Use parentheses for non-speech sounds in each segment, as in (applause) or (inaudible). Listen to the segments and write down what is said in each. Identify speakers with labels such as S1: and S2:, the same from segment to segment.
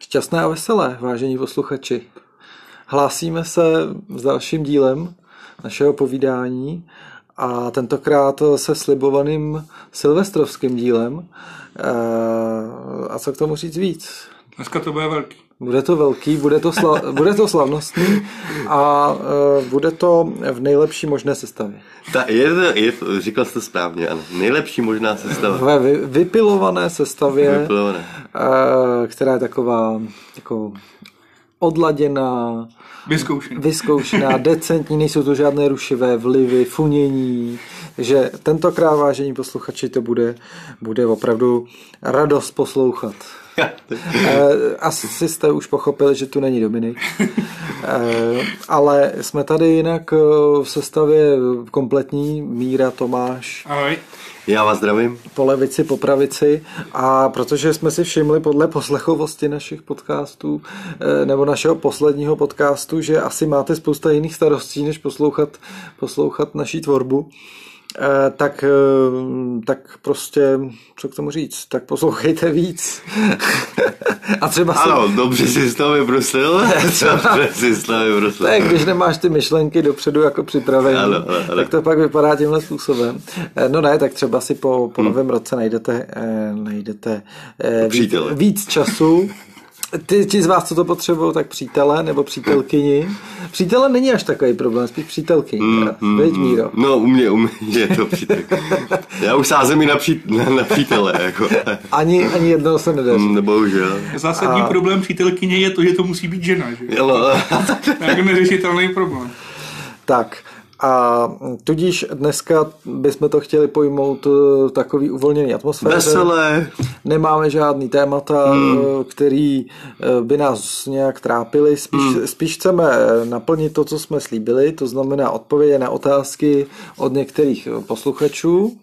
S1: Šťastné a veselé, vážení posluchači. Hlásíme se s dalším dílem našeho povídání a tentokrát se slibovaným silvestrovským dílem. Eh, A co k tomu říct víc?
S2: Dneska to bude velký.
S1: Bude to velký, bude to, sla- bude to slavnostní a eh, bude to v nejlepší možné sestavě.
S3: Ta, je to, je to, říkal jste správně, ano. Nejlepší možná sestava.
S1: Ve vy- vypilované sestavě,
S3: Vyplované.
S1: eh, která je taková jako odladěná,
S2: Vyzkoušený.
S1: vyzkoušená, decentní, nejsou to žádné rušivé vlivy, funění. Takže tentokrát, vážení posluchači, to bude, bude opravdu radost poslouchat. Eh, Asi jste už pochopili, že tu není Dominik. Eh, Ale jsme tady jinak eh, v sestavě kompletní Míra, Tomáš,
S2: Ahoj.
S3: Já vás zdravím.
S1: po levici, po pravici a protože jsme si všimli podle poslechovosti našich podcastů eh, nebo našeho posledního podcastu, že asi máte spousta jiných starostí, než poslouchat, poslouchat naší tvorbu, eh, tak, eh, tak prostě, co k tomu říct, tak poslouchejte víc. (laughs) a třeba se,
S3: Ano, dobře si to vybrusil. Dobře si to
S1: To
S3: vybrusil.
S1: je, když nemáš ty myšlenky dopředu jako připravený,
S3: Ano, ano, ano.
S1: tak to pak vypadá tímhle způsobem. Eh, No ne, tak třeba si po,
S3: Hmm.
S1: po novém roce najdete, eh, najdete eh, víc,
S3: Přítele.
S1: víc času. Ty, ti z vás, co to potřebují, tak přítele nebo přítelkyni. Přítele není až takový problém, spíš přítelkyni.
S3: Hmm,
S1: Mm, Veď, Míro.
S3: No, u mě, u mě je to přítel. Já už sázím i na, přít, na, na přítele, jako. (laughs)
S1: Ani, ani jednoho se nedaří.
S3: Mm, Bohužel.
S2: Zásadní a... problém přítelkyně je to, že to musí být žena,
S3: (laughs)
S2: že? jo?
S3: Jo, no. (laughs)
S2: To je jako neřešitelný problém.
S1: Tak. A tudíž dneska bychom to chtěli pojmout eh, v takový uvolněný atmosféře.
S3: Veselé.
S1: Nemáme žádný témata,
S3: Hmm.
S1: eh, který eh, by nás nějak trápili. Spíš,
S3: Hmm.
S1: spíš chceme eh, naplnit to, co jsme slíbili, to znamená odpovědi na otázky od některých eh, posluchačů,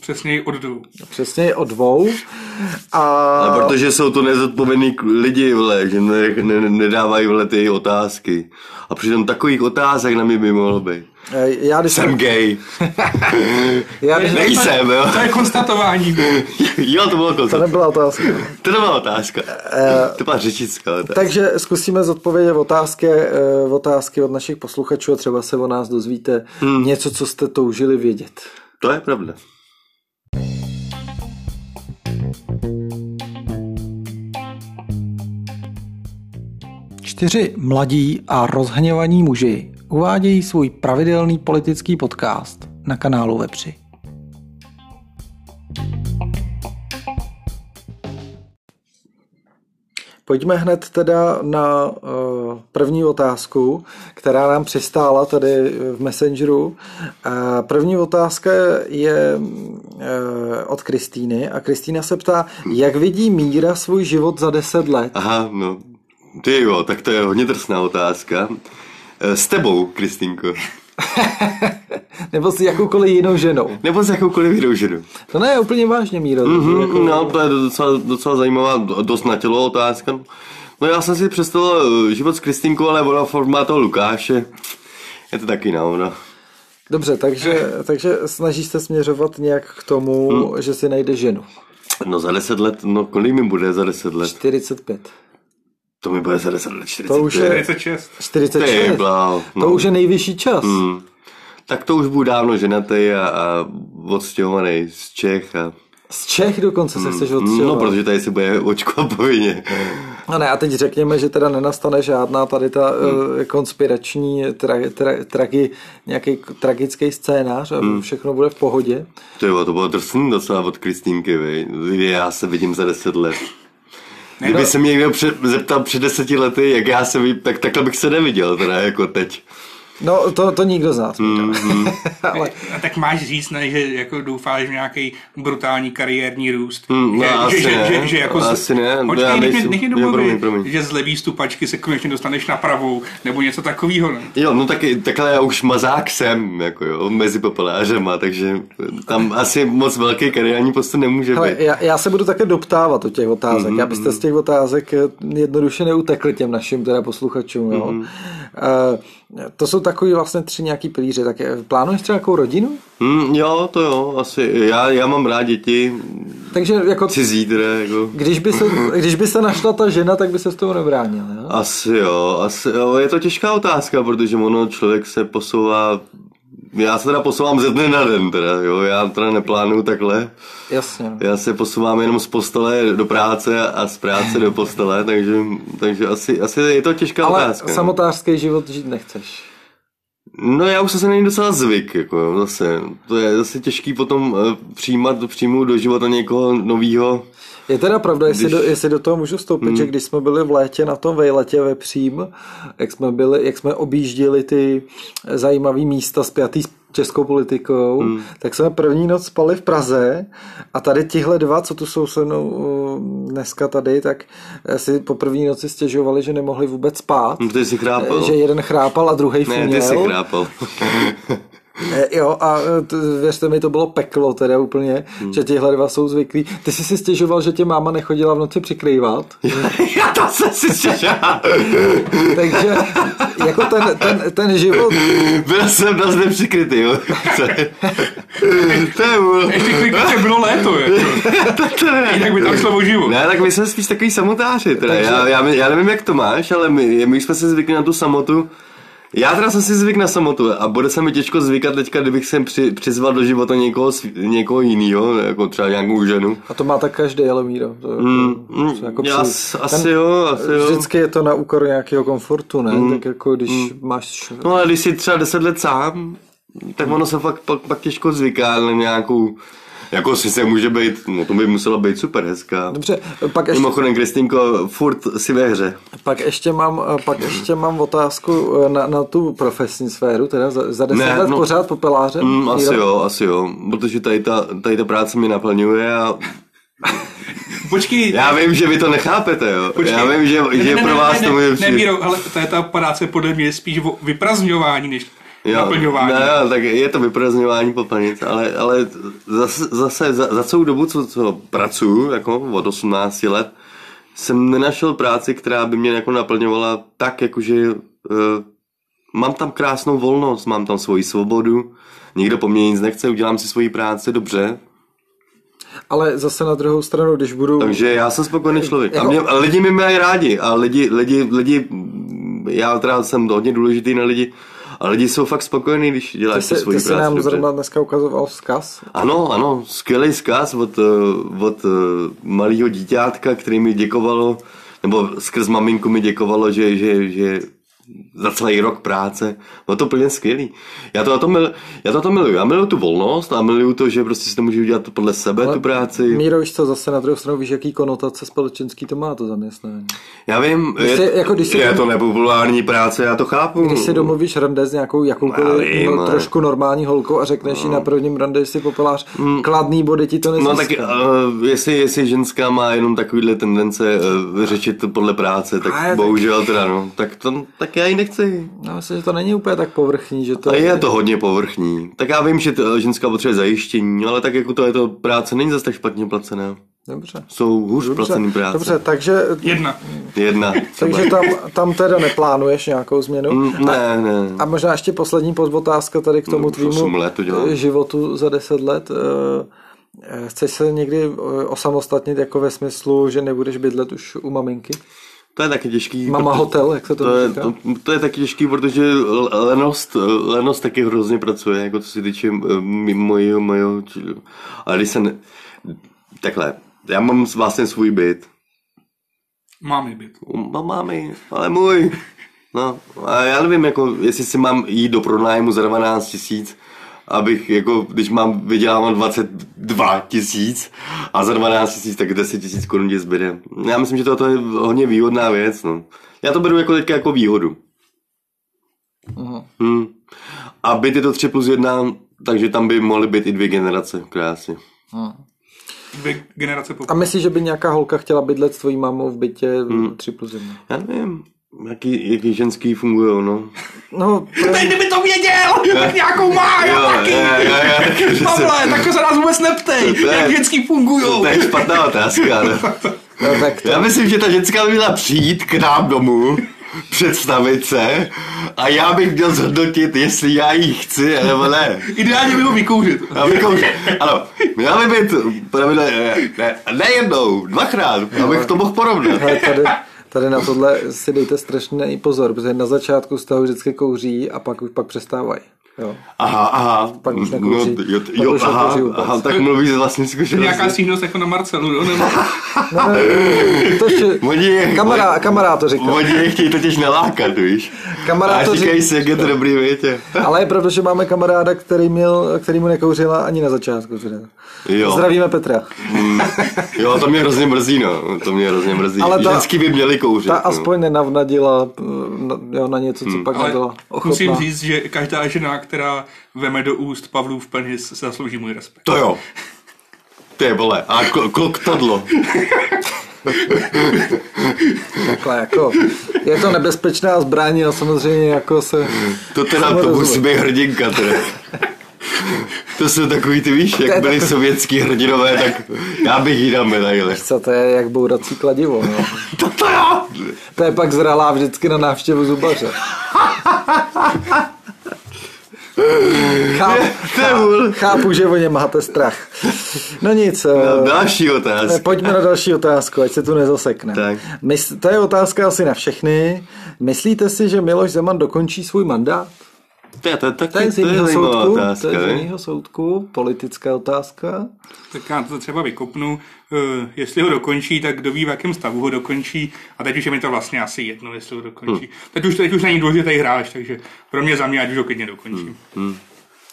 S2: Přesněji od dvou.
S1: přesně od dvou.
S3: A
S1: A
S3: protože jsou to nezodpovědní k- lidi, vle, že ne, ne, nedávají vle ty otázky. A přitom takových otázek na mě by mohlo být.
S1: eh, já když
S3: Jsem gay.
S1: já, když,
S3: Nejsem, jo.
S2: To je konstatování.
S3: (laughs) Jo, to bylo
S1: to Eh,
S3: koncert.
S1: nebyla otázka.
S3: To nebyla otázka. To byla řečnická otázka.
S1: Takže zkusíme zodpovědět otázky, eh, otázky od našich posluchačů a třeba se o nás dozvíte
S3: Hmm.
S1: něco, co jste toužili vědět.
S3: To je pravda.
S1: Čtyři mladí a rozhněvaní muži uvádějí svůj pravidelný politický podcast na kanálu Vepři. Pojďme hned teda na eh, první otázku, která nám přistála tady eh, v Messengeru. Eh, První otázka je eh, od Kristýny a Kristýna se ptá, jak vidí Míra svůj život za 10 let?
S3: Aha, no. Ty jo, tak to je hodně drsná otázka. Eh, S tebou, Kristýnko.
S1: Nebo s jakoukoliv jinou ženou.
S3: Nebo s jakoukoliv jinou ženu.
S1: To ne, úplně vážně, Míro. Jako,
S3: Mm, no, to je docela, docela zajímavá, do- dost na tělo otázka. No já jsem si představil eh, život s Kristýnkou, ale ona formá toho Lukáše. Je to taky na ona.
S1: dobře, takže, takže snažíš se směřovat nějak k tomu,
S3: Mhm.
S1: že si najde ženu.
S3: No za 10 let, no kolik mi bude za 10 let?
S1: 45.
S3: To mi bude za 10 let 40.
S1: To už je
S3: (laughs)
S2: 46.
S1: 46.
S3: bláho,
S1: To
S3: no. Mhm.
S1: už je nejvyšší čas.
S3: Hmm. Tak to už budu dávno ženatý a, a odstěhovaný z Čech a...
S1: Z Čech dokonce se chceš
S3: No,
S1: odstřelovat.
S3: protože tady se bude očkovat povinně.
S1: A ne, a teď řekněme, že teda nenastane žádná tady ta
S3: Mhm.
S1: eh, konspirační tra, tra, tragi, nějaký k- tragický scénář a
S3: Mhm.
S1: všechno bude v pohodě.
S3: To jo, to bylo drsný docela od Kristýnky, vej. Já se vidím za deset let.
S1: no.
S3: Kdyby se mě někdo před, zeptal před deseti lety, jak já se vidím, tak takhle bych se neviděl, teda jako teď.
S1: No, to, to nikdo z nás.
S3: Mhm.
S1: Mm. Ale
S2: A tak máš říct, ne, že jako doufáš v nějaký brutální kariérní růst.
S3: Hmm, no,
S2: že,
S3: asi
S2: že,
S3: ne.
S2: že, že, že jako z-
S3: Asi ne, no,
S2: Počkej,
S3: já
S2: nech mě-
S3: nejsem-
S2: nech mě
S3: jo,
S2: domluvit,
S3: promiň, promiň.
S2: že z levý stupačky se konečně dostaneš na pravou, nebo něco takového. Ne?
S3: Jo, no taky, takhle já už mazák jsem, jako jo, mezi popelářema, takže tam asi moc velký kariérní postup nemůže
S1: Hele,
S3: být.
S1: já, já se budu také doptávat o těch
S3: Mhm, Mhm.
S1: otázek, mm-hmm. abyste z těch otázek eh, jednoduše neutekli těm našim teda posluchačům. Jo? Mm-hmm. Eh, To jsou takový vlastně tři nějaký pilíře. Tak eh, plánuješ třeba nějakou rodinu?
S3: Hm, jo, to jo, asi. Já, já mám rád děti,
S1: Takže jako,
S3: cizí teda, jako.
S1: když by, se, když by se našla ta žena, tak by se s tou nebránil. Jo?
S3: Asi jo, asi jo. Je to těžká otázka, protože ono člověk se posouvá já se teda posouvám ze dne na den, teda, jo, já teda neplánuju takhle.
S1: Jasně. no.
S3: Já se posouvám jenom z postele do práce a z práce do postele, takže, takže asi, asi je to těžká
S1: Ale
S3: otázka. no.
S1: samotářský život žít nechceš.
S3: No já už jsem se na něj docela zvyk, jako jo, zase. To je zase těžký potom eh, přijímat, přijmout do života někoho novýho.
S1: Je teda pravda, jestli,
S3: Když- Hmm.
S1: do, jestli do toho můžu vstoupit, že když jsme byli v létě na tom vejletě ve Přím, jak jsme, byli, jak jsme objížděli ty zajímavé místa spjatý s českou politikou,
S3: Hmm.
S1: tak jsme první noc spali v Praze a tady tihle dva, co tu jsou se mnou uh, dneska tady, tak eh, si po první noci stěžovali, že nemohli vůbec spát.
S3: No, Ty jsi
S1: eh,
S3: chrápal.
S1: Že jeden chrápal a druhý
S3: ne,
S1: funěl.
S3: ty jsi chrápal.
S1: Eh, Jo, a eh, t- věřte mi, to bylo peklo teda úplně, hmm. že tihle dva jsou zvyklí. Ty jsi si stěžoval, že tě máma nechodila v noci přikrývat,
S3: (laughs)
S1: (laughs)
S3: já to jsem (laughs) si stěžal.
S1: takže jako ten, ten, ten život,
S3: Byl jsem dost nepřikrytý, jo. to je bol.
S2: Ještě klidně bylo léto, jako. Jinak by tam šlo o život.
S3: Ne, tak my jsme spíš takový samotáři, teda.
S1: Takže-
S3: Já, já, já, nevím, jak to máš, ale my, my jsme si zvykli na tu samotu. Já teda jsem si zvyk na samotu a bude se mi těžko zvykat teďka, kdybych sem při, přizval do života někoho, sv- někoho jiného, jako třeba nějakou ženu.
S1: a to má tak každý, ale míro. To,
S3: Mm, mm,
S1: to- jako
S3: já
S1: při-
S3: s- asi jo, asi jo.
S1: Vždycky je to na úkor nějakého komfortu, ne?
S3: Hmm.
S1: Tak jako když máš...
S3: No ale když jsi třeba 10 let sám, tak ono se fakt pak, pak těžko zvyká na nějakou... Jako si se může být, no to by musela být super hezká.
S1: Dobře, pak ještě,
S3: Mimochodem, Kristýnko, furt si ve hře.
S1: pak ještě, mám, eh, pak ještě mám otázku eh, na, na tu profesní sféru, teda za, za deset
S3: Ne,
S1: let
S3: no.
S1: pořád popelářem?
S3: Mm,
S1: Míro?
S3: asi jo, asi jo, protože tady ta, tady ta práce mě naplňuje a
S2: Počkej,
S3: já vím, že vy to nechápete, jo.
S2: Počkej.
S3: Já vím, že, že pro
S2: (laughs)
S3: vás
S2: ne, ne,
S3: to může
S2: ne,
S3: přijít.
S2: Míro, ale to je ta práce podle mě spíš o vyprazňování, než
S3: Jo,
S2: naplňování.
S3: Ne, jo, tak je to vyprazňování popelnic, ale, ale zase, zase za, za celou dobu, co, co pracuju, jako od 18 let, jsem nenašel práci, která by mě jako naplňovala tak, jakože uh, mám tam krásnou volnost, mám tam svoji svobodu, nikdo po mně nic nechce, udělám si svoji práci, dobře.
S1: Ale zase na druhou stranu, když budu...
S3: Takže já jsem spokojený člověk. A,
S1: Jako-
S3: mě, a lidi mi mají rádi. A lidi, lidi, lidi, mm, já teda jsem hodně důležitý na lidi, a lidi jsou fakt spokojení, když
S1: Ty
S3: děláš tu
S1: jsi,
S3: svoji
S1: ty jsi
S3: práci.
S1: nám
S3: dobře.
S1: zrovna dneska ukazoval vzkaz.
S3: Ano, ano, skvělý zkaz od, eh, od eh, malého dítěátka, který mi děkovalo, nebo skrz maminku mi děkovalo, že, že, že za celý rok práce. Bylo to úplně skvělý. Já to, já to, mil, já to, na to miluju. Já miluju tu volnost a miluju to, že prostě si to můžu udělat podle sebe, tu práci.
S1: Míro, víš co, zase na druhou stranu víš, jaký konotace společenský to má to zaměstnání.
S3: Já vím,
S1: Když
S3: je,
S1: se- jako když se
S3: je
S1: dom-
S3: to nepopulární práce, já to chápu.
S1: Když si domluvíš rande s nějakou
S3: Já
S1: jakoukoliv
S3: vím,
S1: no,
S3: ale-
S1: trošku normální holkou a řekneš no. jí na prvním rande, jsi popelář, kladný body ti to nezíská.
S3: Hmm. No tak uh, jestli, jestli ženská má jenom takovýhle tendence uh, řečit podle práce, tak
S1: Ale tak-
S3: bohužel teda no, tak, to, tak já ji nechci.
S1: Já myslím, že to není úplně tak povrchní, že to...
S3: A je to hodně povrchní. Tak já vím, že t- ženská potřebuje zajištění, ale tak jako to je to práce, není zase tak špatně placená.
S1: Dobře.
S3: Jsou hůř placený
S1: Dobře,
S3: práce.
S1: dobře, takže,
S2: Jedna.
S3: Jedna. třeba.
S1: (laughs) takže tam, tam teda neplánuješ nějakou změnu.
S3: Mm, Ne, ne.
S1: A možná ještě poslední podotázka tady k tomu
S3: No, už osm
S1: tvýmu
S3: let to dělám.
S1: eh, životu za 10 let. Eh, eh, Chceš se někdy eh, osamostatnit jako ve smyslu, že nebudeš bydlet už u maminky?
S3: To je taky těžký.
S1: Mama
S3: proto-
S1: hotel, jak se to,
S3: To je,
S1: říká?
S3: to, to je taky těžký, protože l- lenost, lenost taky hrozně pracuje, jako co se týče mojho, mojho, ale když se ne, takhle, já mám s- vlastně svůj byt,
S2: Máme byt.
S3: mám mámy, ale můj, no, a já nevím, jako, jestli si mám jít do pronájmu za 12 tisíc, abych, jako, když mám, vydělávám 22 tisíc a za 12 tisíc, tak 10 tisíc korun ti zbyde. Já myslím, že to je hodně výhodná věc, no. Já to beru jako teďka jako výhodu. Hmm. A byt je to 3 plus 1, takže tam by mohly být i dvě generace, krásně.
S2: Dvě generace po...
S1: A myslíš, že by nějaká holka chtěla bydlet s tvojí mamou v bytě
S3: Hmm.
S1: 3 plus 1?
S3: Já nevím, jaký, jaký ženský fungují, no.
S1: No,
S2: Teď kdyby to věděl, tak nějakou má, já taky.
S3: jo, (laughs)
S2: Pavle, tak se nás vůbec neptej,
S3: To je-
S2: jak věcky
S3: To
S2: fungujou.
S3: je špatná otázka, no.
S1: no tak to,
S3: Já myslím, že ta ženská by měla přijít k nám domů představit se a já bych měl zhodnotit, jestli já ji chci, nebo ne.
S2: Ideálně by ho vykouřit.
S3: Abychom, ano, měla by být pravidle, ne, ne jednou, dvakrát, abych to mohl porovnat.
S1: Hele, tady, tady na tohle si dejte strašný pozor, protože na začátku z toho vždycky kouří a pak, pak přestávají. Jo.
S3: Aha, aha,
S1: Pak už
S3: no,
S1: nekouří.
S3: jo,
S1: Pak
S3: jo,
S1: už
S3: aha,
S1: nekouří vůbec.
S3: aha, tak mluvíš z vlastní
S2: Nějaká
S3: zkušenosti.
S2: stížnost jako na Marcelu, jo?
S3: (laughs)
S2: Nebo...
S1: No, no, no, to ještě,
S3: Oni,
S1: kamará, kamará to říká.
S3: Oni je chtějí totiž nalákat, víš.
S1: Kamarád
S3: a
S1: to
S3: říkají
S1: řík-
S3: si, jak je to dobrý, víte.
S1: Ale je pravda, že máme kamaráda, který, měl, který mu nekouřila ani na začátku. Teda.
S3: Jo.
S1: Zdravíme Petra.
S3: Mm. (laughs) Jo, to mě hrozně mrzí, no. To mě hrozně mrzí.
S1: Ale
S3: Ale
S1: ta-
S3: Ženský by měli kouřit.
S1: Ta
S3: no.
S1: aspoň nenavnadila p- na, jo, na něco, co
S3: Hmm.
S1: pak
S2: Ale
S1: nebyla
S2: musím
S1: ochotná.
S2: říct, že každá žena, která veme do úst Pavlův penis, se zaslouží můj respekt.
S3: To jo. Ty vole, a kl- kloktadlo.
S1: Takhle, jako, je to nebezpečná zbraň a samozřejmě jako se...
S3: Hmm. To teda, to
S1: Samozřejmě.
S3: musí být hrdinka teda. To jsou takový, ty víš,
S1: To je
S3: jak byli
S1: takový-
S3: sovětský hrdinové, tak já bych jí dal medaili.
S1: Co to je, jak bourací kladivo. No.
S3: (laughs) To to já!
S1: To je pak zralá vždycky na návštěvu
S3: (laughs)
S1: zubaře. Chápu, chápu, chápu, že o ně máte strach. No nic, eh,
S3: Další otázka.
S1: pojďme na další otázku, ať se tu nezasekne.
S3: Tak.
S1: Mysl- to je otázka asi na všechny. Myslíte si, že Miloš Zeman dokončí svůj mandát?
S3: To je, to je, to,
S1: To je z
S3: to je
S1: jiného
S3: zajímavá
S1: soudku,
S3: otázka,
S1: to je z
S3: ne?
S1: jiného soudku, politická otázka.
S2: Tak já to třeba vykopnu. Eh, Jestli ho dokončí, tak kdo ví, v jakém stavu ho dokončí. A teď už je mi to vlastně asi jedno, jestli ho dokončí.
S1: Hmm.
S2: Teď, už, teď už není důležitý hráč, takže pro mě za mě, ať už ho klidně dokončím.
S1: Hmm.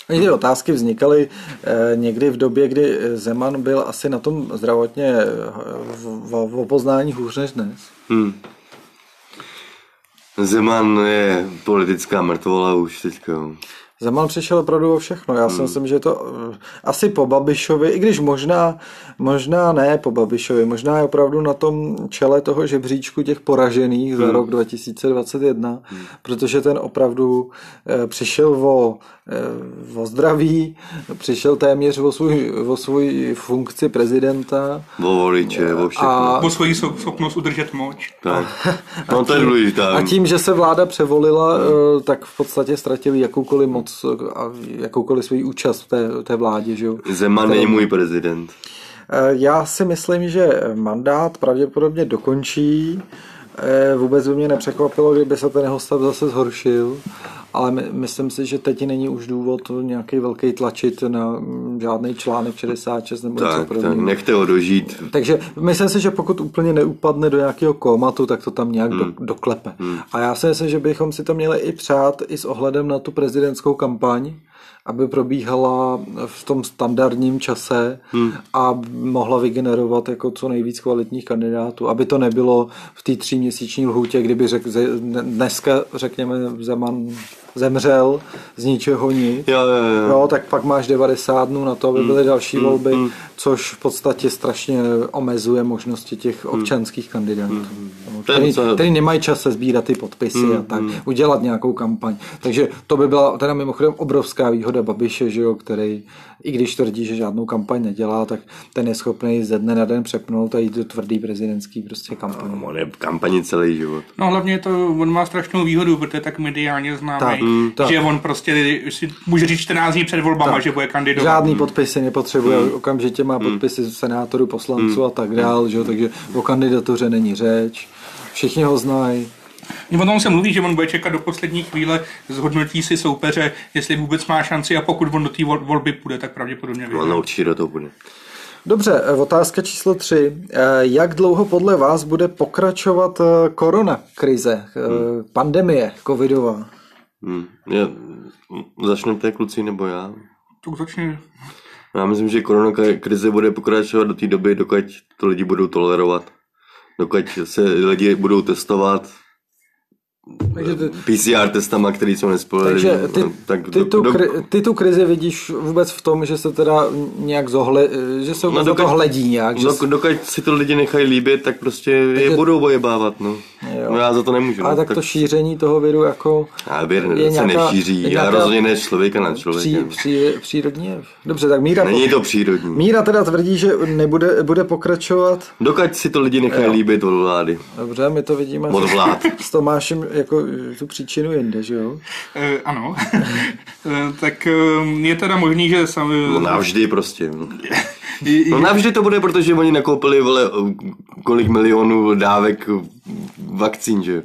S1: Oni Ty otázky vznikaly eh, někdy v době, kdy eh, Zeman byl asi na tom zdravotně eh, v, v, v opoznání hůř než dnes.
S3: Zeman je politická mrtvola už teďka.
S1: Zeman přišel opravdu o všechno. Já
S3: Hmm.
S1: si myslím, že to eh, asi po Babišovi, i když možná, možná ne po Babišovi, možná je opravdu na tom čele toho žebříčku těch poražených
S3: Hmm.
S1: za rok 2021, protože ten opravdu eh, přišel o, eh, o zdraví, přišel téměř o svůj, o svůj funkci prezidenta.
S3: O voliče, o všechno.
S2: O svoji scho- schopnost udržet moč.
S3: Tak. No to je Hmm. důležitá.
S1: A tím, že se vláda převolila, eh, tak v podstatě ztratili jakoukoliv moc eh, a jakoukoliv svůj účast v té, té vládě. Že jo?
S3: Zeman není můj prezident.
S1: Eh, Já si myslím, že mandát pravděpodobně dokončí. Eh, Vůbec by mě nepřekvapilo, kdyby se ten jeho stav zase zhoršil, ale my, myslím si, že teď není už důvod nějaký velký tlačit na mm, žádný článek 66 nebo něco
S3: Tak, tak,
S1: podobného.
S3: nechte ho dožít.
S1: Takže myslím si, že pokud úplně neupadne do nějakého komatu, tak to tam nějak do, doklepe. A já si myslím, že bychom si to měli i přát i s ohledem na tu prezidentskou kampaň, aby probíhala v tom standardním čase a mohla vygenerovat jako co nejvíc kvalitních kandidátů. Aby to nebylo v té tříměsíční lhůtě, kdyby řek, ze- dne- dneska, řekněme, Zeman zemřel z ničeho nic.
S3: Jo, jo, jo.
S1: Jo, tak pak máš 90 dnů na to,
S3: Mm,
S1: aby byly další volby, což v podstatě strašně omezuje možnosti těch
S3: Mm.
S1: občanských kandidátů, jo,
S3: To je
S1: který,
S3: docela- Mm,
S1: který nemají čas se sbírat ty podpisy a tak, udělat nějakou kampaň. Takže to by byla teda mimochodem obrovská výhoda Babiše, že jo, který, i když tvrdí, že žádnou kampaň nedělá, tak ten je schopný ze dne na den přepnout a jít do tvrdý prezidentský prostě kampaně.
S3: On je v kampani celý život.
S2: No hlavně to, on má strašnou výhodu, protože je tak mediálně
S1: Tak,
S2: známý,
S1: mm, tak.
S2: že on prostě si může říct 14 dní před volbama, že bude kandidovat.
S3: Hmm.
S1: Žádný podpisy nepotřebuje, okamžitě má podpisy senátorů,
S3: Hmm.
S1: poslanců a tak dál, že jo, takže o kandidatuře není řeč. Všichni ho znají.
S2: O tom No, se mluví, že on bude čekat do poslední chvíle, zhodnotí si soupeře, jestli vůbec má šanci a pokud on do té vol- volby půjde, tak pravděpodobně
S3: On
S2: vyhraje.
S3: určitě do toho bude.
S1: Dobře, eh, otázka číslo tři. Eh, Jak dlouho podle vás bude pokračovat eh, korona krize, eh, pandemie covidová?
S3: Hmm. Je, začnete kluci nebo já?
S2: Tak začne.
S3: Já myslím, že korona krize bude pokračovat do té doby, dokud to lidi budou tolerovat. Dokud se lidi budou testovat
S1: Takže ty-
S3: PCR testama, který jsou nespolehlivý.
S1: Takže ty,
S3: Eh, no, tak
S1: ty,
S3: do-
S1: tu,
S3: do-
S1: kri, ty tu krizi vidíš vůbec v tom, že se teda nějak zohle, eh, že se
S3: No,
S1: vůbec na to
S3: dokud-
S1: hledí nějak, že
S3: No, dokud si to lidi nechají líbit, tak prostě je budou bojebávat, no.
S1: Jo, jo.
S3: No já za to nemůžu.
S1: Ale
S3: no,
S1: tak, to šíření toho viru jako
S3: Já věr
S1: je
S3: se
S1: nějaká-
S3: nešíří,
S1: je
S3: já
S1: nějaká
S3: rozhodně ne člověka na
S1: pří,
S3: člověka.
S1: pří, přírodní jev. Dobře, tak Míra,
S3: Není to přírodní.
S1: Míra teda tvrdí, že nebude, bude pokračovat.
S3: Dokud si to lidi nechají líbit od vlády.
S1: Dobře, my to vidíme
S3: Od vlád.
S1: s Tomášem jako eh, tu příčinu jinde, že jo?
S2: Eh, ano. (laughs) Eh, tak eh, je teda možný, že sam,
S3: No navždy prostě.
S1: (laughs)
S3: no.
S2: je,
S3: No navždy to bude, protože oni nakoupili vole, kolik milionů dávek vakcín, že jo?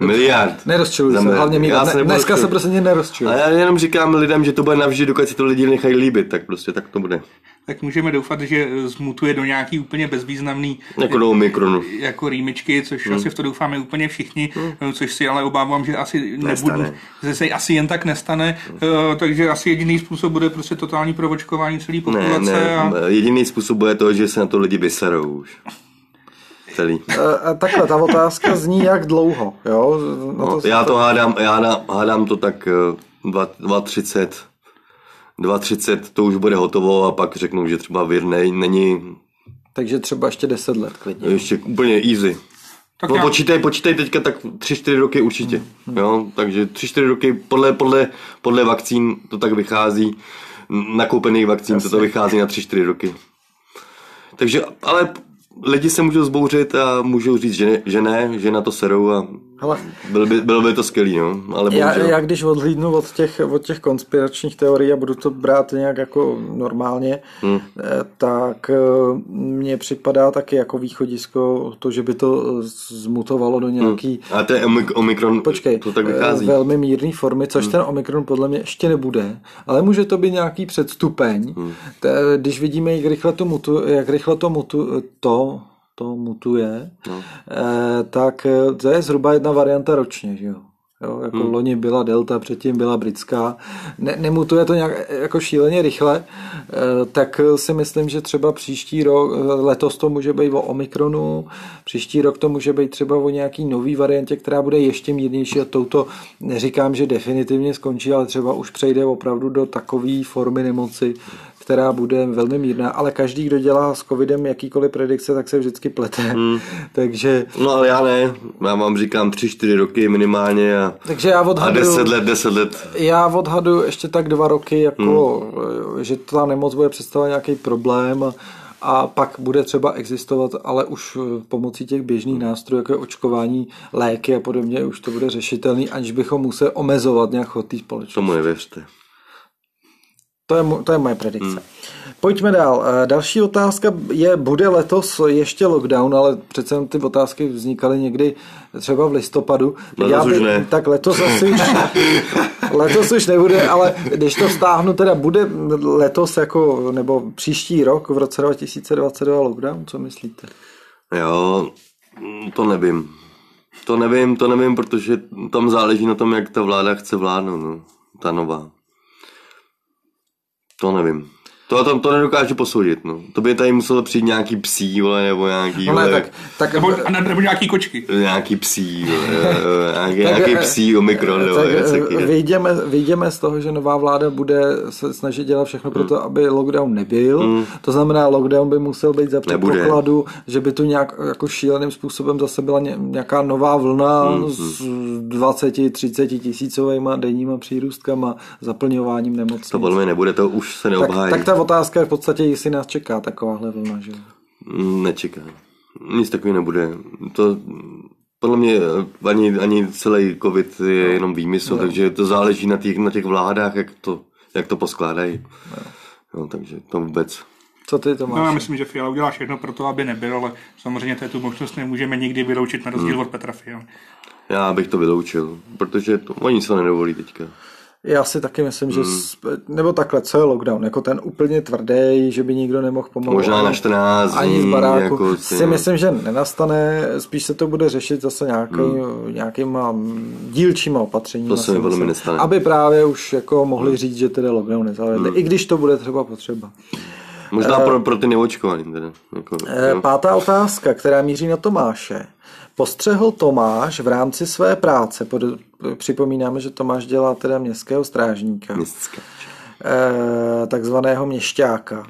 S3: Miliard.
S1: Nerozčiluj No, se,
S3: Zamrzne.
S1: hlavně Míra.
S3: Já
S1: Ne,
S3: nebudu
S1: dneska se
S3: rozčilovat.
S1: prostě nerozčil.
S3: A já jenom říkám lidem, že to bude navždy, dokud si to lidi nechají líbit, tak prostě tak to bude.
S2: tak můžeme doufat, že eh, zmutuje do nějaký úplně bezvýznamný
S3: Jako do Omikronu.
S2: jako rýmičky, což
S3: Hmm.
S2: asi v to doufáme úplně všichni, eh, což si ale obávám, že asi nebudu, že se asi jen tak nestane,
S3: Hmm.
S2: eh, takže asi jediný způsob bude prostě totální provočkování celé
S3: Ne,
S2: populace.
S3: ne,
S2: a...
S3: jediný způsob bude to, že se na to lidi vyserou už. Celý.
S1: Eh, eh, Takhle, ta otázka zní, jak dlouho, jo? Na to,
S3: No, Já to hádám, já hádám, hádám to tak eh, dva- 2.30. 2.30 to už bude hotovo a pak řeknou, že třeba vir ne, není
S1: Takže třeba ještě 10 let klidně.
S3: ještě úplně easy.
S2: Tak
S3: Tak
S2: já-
S3: počítej, počítej teďka tak 3-4 roky určitě. Jo, takže 3-4 roky podle, podle, podle vakcín to tak vychází. Nakoupených vakcín to, to vychází na 3-4 roky. Takže, ale lidi se můžou zbouřit a můžou říct, že ne, že, ne, že na to serou a
S1: Hele,
S3: bylo by, bylo by to skvělý, no. Ale
S1: já,
S3: bohužel.
S1: já když odhlídnu od těch, od těch konspiračních teorií a budu to brát nějak jako normálně, hmm. tak eh, mně připadá taky jako východisko to, že by to eh, zmutovalo
S3: Hmm.
S1: do nějaký
S3: A to je omik- Omikron,
S1: Počkej,
S3: to tak
S1: eh,
S3: vychází. Hmm.
S1: velmi mírný formy, což ten Omikron podle mě ještě nebude, ale může to být nějaký předstupeň.
S3: Hmm.
S1: T- Když vidíme, jak rychle to, mutu, jak rychle to, mutu, to, to mutuje,
S3: No.
S1: eh, tak eh, to je zhruba jedna varianta ročně, že jo? Jo, jako hmm. loni byla Delta, předtím byla britská. Ne, nemutuje to nějak eh, jako šíleně rychle, eh, tak eh, si myslím, že třeba příští rok, eh, letos to může být o Omikronu, příští rok to může být třeba o nějaký nový variantě, která bude ještě mírnější a touto neříkám, že definitivně skončí, ale třeba už přejde opravdu do takové formy nemoci, která bude velmi mírná, ale každý, kdo dělá s covidem jakýkoliv predikce, tak se vždycky plete. Hmm. (laughs) Takže
S3: No ale já ne, já vám říkám 3-4 roky minimálně a,
S1: takže já
S3: a
S1: odhaduju...
S3: 10 let, 10 let.
S1: Já odhadu ještě tak dva roky, jako, eh, že ta nemoc bude představovat nějaký problém a, a pak bude třeba existovat, ale už eh, pomocí těch běžných nástrojů, jako je očkování, léky a podobně, už to bude řešitelný, aniž bychom museli omezovat nějak chod té společnosti.
S3: Tomu nevěřte.
S1: To je, mo- to je moje predikce. Hmm. Pojďme dál. Eh, Další otázka je, bude letos ještě lockdown, ale přece jenom ty otázky vznikaly někdy třeba v listopadu.
S3: Letos No, už ne.
S1: Tak letos asi už,
S3: (laughs)
S1: letos už nebude, ale když to stáhnu, teda bude letos jako, nebo příští rok v roce 2022 lockdown, co myslíte?
S3: Jo, mm, to nevím. To nevím, to nevím, protože tam záleží na tom, jak ta vláda chce vládnout, no. ta nová. To nevím. To, to, to nedokážu posoudit, no. To by tady muselo přijít nějaký psí, vole, nebo nějaký,
S1: No ne,
S3: vole,
S1: tak, tak
S2: Nebo, a ne- nebo nějaký
S3: Vlastně.
S2: kočky.
S3: nějaký psí, vole,
S1: (laughs) Tak,
S3: nějaký, nějaký
S1: eh,
S3: psí omikron, nebo
S1: tak
S3: něco
S1: eh,
S3: takového.
S1: vyjdeme, vyjdeme z toho, že nová vláda bude se snažit dělat všechno pro
S3: Hmm.
S1: to, aby lockdown nebyl. To znamená, lockdown by musel být za
S3: Nebude.
S1: předpokladu, že by tu nějak jako šíleným způsobem zase byla ně, nějaká nová vlna
S3: Hmm,
S1: s 20-30 tisícovými denníma přírůstkama, zaplňováním nemocnic.
S3: To podle mě nebude, to už se
S1: tak,
S3: neobhájí.
S1: tak ta otázka je v podstatě, jestli nás čeká takováhle vlna. Že? jo?
S3: Mm, Nečeká. Nic takového nebude. To mm, podle mě eh, ani, ani celý covid je jenom výmysl, no. takže to záleží na těch, na těch vládách, jak to, jak to poskládají. No. No, takže to vůbec.
S1: Co ty to
S2: No, já
S1: máš?
S2: myslím, že Fiala udělá všechno pro to, aby nebyl, ale samozřejmě té tu možnost nemůžeme nikdy vyloučit na
S3: Hmm.
S2: rozdíl od Petra Fiala.
S3: Já bych to vyloučil, protože to, oni se nedovolí teďka.
S1: Já si taky myslím, že...
S3: Hmm.
S1: sp- Nebo takhle, co je lockdown? Jako ten úplně tvrdý, že by nikdo nemohl pomoct.
S3: Možná na 14
S1: No, ani v
S3: dní,
S1: baráku.
S3: jako ty,
S1: si
S3: no.
S1: myslím, že nenastane, spíš se to bude řešit zase nějaký, hmm. nějakýma dílčíma opatřeními.
S3: To se mi
S1: si
S3: velmi
S1: myslím.
S3: nestane. Hmm.
S1: Aby právě už jako mohli říct, že tedy lockdown nezavedli, hmm. i když to bude třeba potřeba.
S3: Možná pro, pro ty neočkovaný. Teda, jako,
S1: Eh,
S3: jo.
S1: Pátá otázka, která míří na Tomáše. Postřehl Tomáš v rámci své práce, pod, připomínáme, že Tomáš dělá teda městského strážníka.
S3: Městská.
S1: eh, takzvaného měšťáka.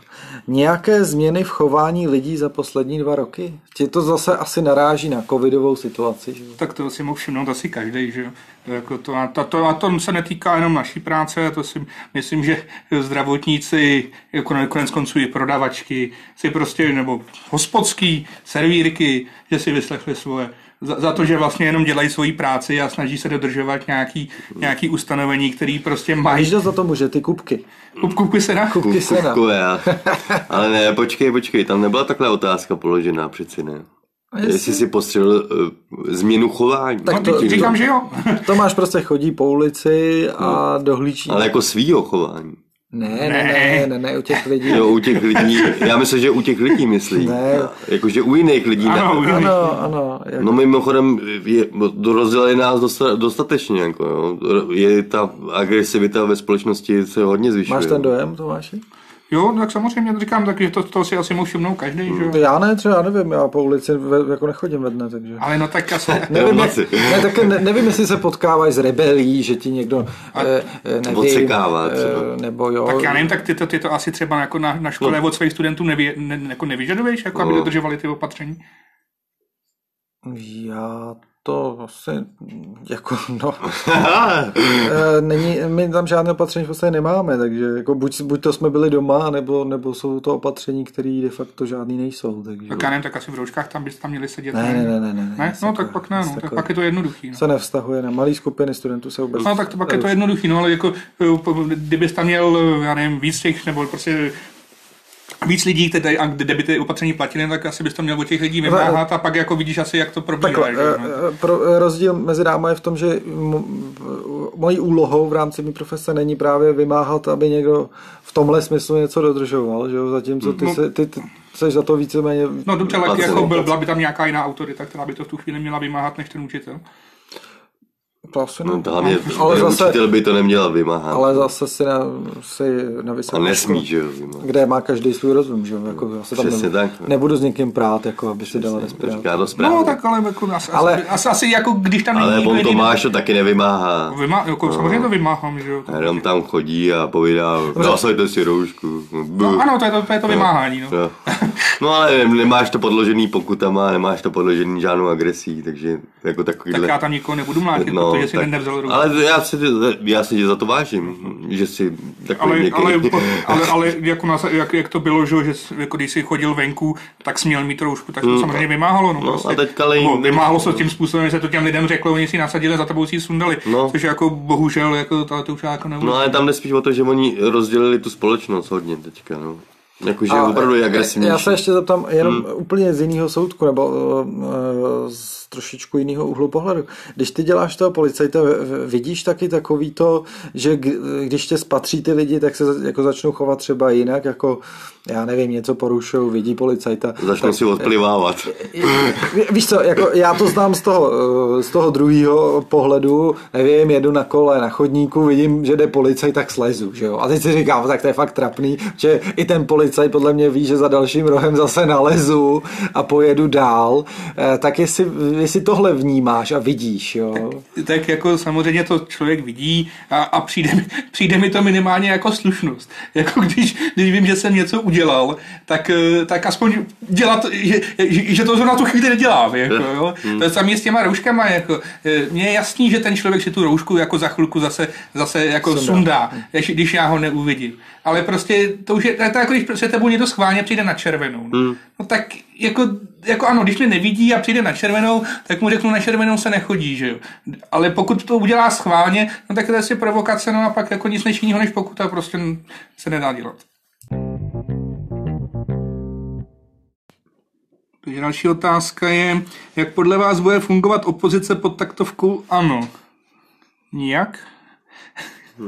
S1: Nějaké změny v chování lidí za poslední dva roky? Ti to zase asi naráží na covidovou situaci, že jo?
S2: Tak to si mohl všimnout asi každý, že jo. To Jako to, a, to, to, a to se netýká jenom naší práce, to si myslím, že zdravotníci, jako na- konec konců i prodavačky, si prostě, nebo hospodský, servírky, že si vyslechli svoje. Za, za to, že vlastně jenom dělají svoji práci a snaží se dodržovat nějaký, nějaký ustanovení, který prostě
S1: A když
S2: mají.
S1: to za to může, ty kupky.
S2: Kupku se na
S1: Kupky se na...
S3: Kupkové, já. Ale ne, počkej, počkej, tam nebyla takhle otázka položená přeci, ne? No, Jestli si postřelil uh, změnu chování.
S2: No,
S1: to-
S2: to, říkám, že jo.
S1: Tomáš prostě chodí po ulici a dohlíčí.
S3: Ale jako svýho chování.
S1: Ne, ne, ne, ne, ne, u těch lidí.
S3: Jo, u těch lidí, já myslím, že u těch lidí myslí.
S1: Ne.
S3: Jakože u jiných lidí. ne.
S2: (laughs) Ano,
S1: Ano,
S2: ano.
S1: ano. Jak...
S3: No mimochodem, je, rozdělili nás dosta- dostatečně, jako, jo. je ta agresivita ve společnosti se hodně zvyšuje.
S1: Máš ten dojem, Tomáši?
S2: Jo, no tak samozřejmě to říkám, takže to, to si asi mohl všimnout každý, že jo.
S1: Já ne, třeba nevím, já po ulici ve, jako nechodím ve dne, takže...
S2: Ale no tak asi...
S1: Nevím,
S3: Jo, asi.
S1: ne, taky ne, nevím, jestli se potkáváš s rebelí, že ti někdo eh, eh, nevím,
S3: Odsekává třeba.
S1: eh, nebo jo.
S2: Tak já nevím, tak ty to, ty to asi třeba jako na, na škole
S1: No.
S2: od svých studentů nevy, ne, jako nevyžaduješ, jako aby
S3: No.
S2: dodržovali ty opatření?
S1: Já to asi jako no, (laughs) eh, není, my tam žádné opatření v podstatě nemáme, takže jako buď, buď to jsme byli doma, nebo, nebo jsou to opatření, které de facto žádný nejsou, takže
S2: Tak já nevím, tak asi v rouškách tam byste tam měli sedět.
S1: No. ne, ne, ne, ne, ne,
S2: ne?
S1: nic
S2: No
S1: takového,
S2: tak pak ne,
S1: nic jako-
S2: no, tak
S1: takového.
S2: pak je to jednoduchý. No.
S1: se nevztahuje na malé skupiny studentů se vůbec
S2: No tak to pak je to jednoduchý, no ale jako eh, po- kdybys tam měl, eh, já nevím, víc těch, nebo prostě víc lidí, kde, tady- a kde by ty opatření platily, tak asi bys to měl od těch lidí vymáhat a pak jako vidíš asi, jak to probíhá.
S1: Takhle,
S2: že jo, no.
S1: eh, eh, pro, eh, rozdíl mezi náma je v tom, že mo- eh, mojí úlohou v rámci mé profese není právě vymáhat, aby někdo v tomhle smyslu něco dodržoval, že jo? zatímco ty,
S2: No.
S1: se, ty, ty jsi za to víceméně...
S2: No dobře, ale
S3: Placení.
S2: jako byl, byla by tam nějaká jiná autorita, která by to v tu chvíli měla vymáhat než ten učitel.
S1: To asi
S3: (laughs) No,
S1: ne.
S3: to hlavně
S1: Ale
S3: ale
S1: zase-
S3: učitel by to neměl vymáhat.
S1: Ale zase si na, si na
S3: A
S1: vysokou školu,
S3: nesmí, že jo, vymáhat.
S1: kde má každý svůj rozum, že jo? Jako, já se tam
S3: Přesně
S1: nebu-
S3: tak, no.
S1: nebudu s někým prát, jako, aby si dala
S3: To
S1: respirátor.
S3: říká dost právě.
S2: No tak ale jako, asi,
S1: Ale-
S2: ale, asi, asi jako když tam
S3: Ale No.
S2: nikdo
S3: on
S2: jiný-
S3: Tomáš to taky nevymáhá.
S2: Vymá, jako, samozřejmě to vymáhám, že jo.
S3: A Jenom tam chodí a povídá, zasaďte si roušku.
S2: No,
S3: Buh.
S2: ano, to je to, to, je to vymáhání, no.
S3: No. no ale nemáš to podložený pokutama, nemáš to podložený žádnou agresí, takže jako takovýhle...
S2: Tak já tam nikoho nebudu mlátit,
S3: No,
S2: protože si
S3: tak-
S2: tak, nevzal ruku.
S3: Ale já si, já si tě za to vážím, že si takový (laughs)
S2: ale,
S3: měkký.
S2: ale, ale, ale jako na, jak, jak, to bylo, že, jo, že jsi- jako když jsi chodil venku, tak jsi měl mít roušku, tak to samozřejmě vymáhalo. No,
S3: No,
S2: prostě.
S3: a teďka ale-
S2: Nebo vymáhalo se tím způsobem, že se to těm lidem řeklo, oni si ji nasadili, za tebou si ji sundali.
S3: No.
S2: Což jako bohužel, jako to, to už já jako nebudu.
S3: No ale tam jde spíš o to, že oni rozdělili tu společnost hodně teďka, no. Jakože
S1: A,
S3: opravdu Hmm. je
S1: eh,
S3: agresivnější.
S1: Já se ještě zeptám jenom úplně z jiného soudku, nebo eh, z trošičku jiného úhlu pohledu. Když ty děláš toho policajta, v- vidíš taky takový to, že k- když tě spatří ty lidi, tak se za- jako začnou chovat třeba jinak, jako já nevím, něco porušují, vidí policajta.
S3: Začnou si odplivávat.
S1: Ví- Víš co, jako já to znám z toho, eh, z toho druhého pohledu, nevím, jedu na kole, na chodníku, vidím, že jde policaj, tak slezu, že jo. A teď si říkám, tak to je fakt trapný, že i ten policaj podle mě ví, že za dalším rohem zase nalezu a pojedu dál. Eh, Tak jestli, jestli tohle vnímáš a vidíš, jo.
S2: tak jako samozřejmě to člověk vidí a, a přijde, mi- (laughs) přijde mi to minimálně jako slušnost. (laughs) Jako když, když vím, že jsem něco udělal, tak, eh, tak aspoň dělat, že, že že to zrovna tu chvíli nedělám. Jako, jo? To je samé s těma rouškama. Jako. Eh, Mně je jasný, že ten člověk si tu roušku jako za chvilku zase, zase jako sundá, když, když já ho neuvidím. Ale prostě to už je, to je jako když se tebou někdo schválně přijde na červenou. No, no tak jako jako ano, když mě nevidí a přijde na červenou, tak mu řeknu, na červenou se nechodí, že jo. Ale pokud to udělá schválně, no tak to je asi provokace, no a pak jako nic než jiného než pokuta prostě se nedá dělat. Takže další otázka je, jak podle vás bude fungovat opozice pod taktovkou ano? Nijak?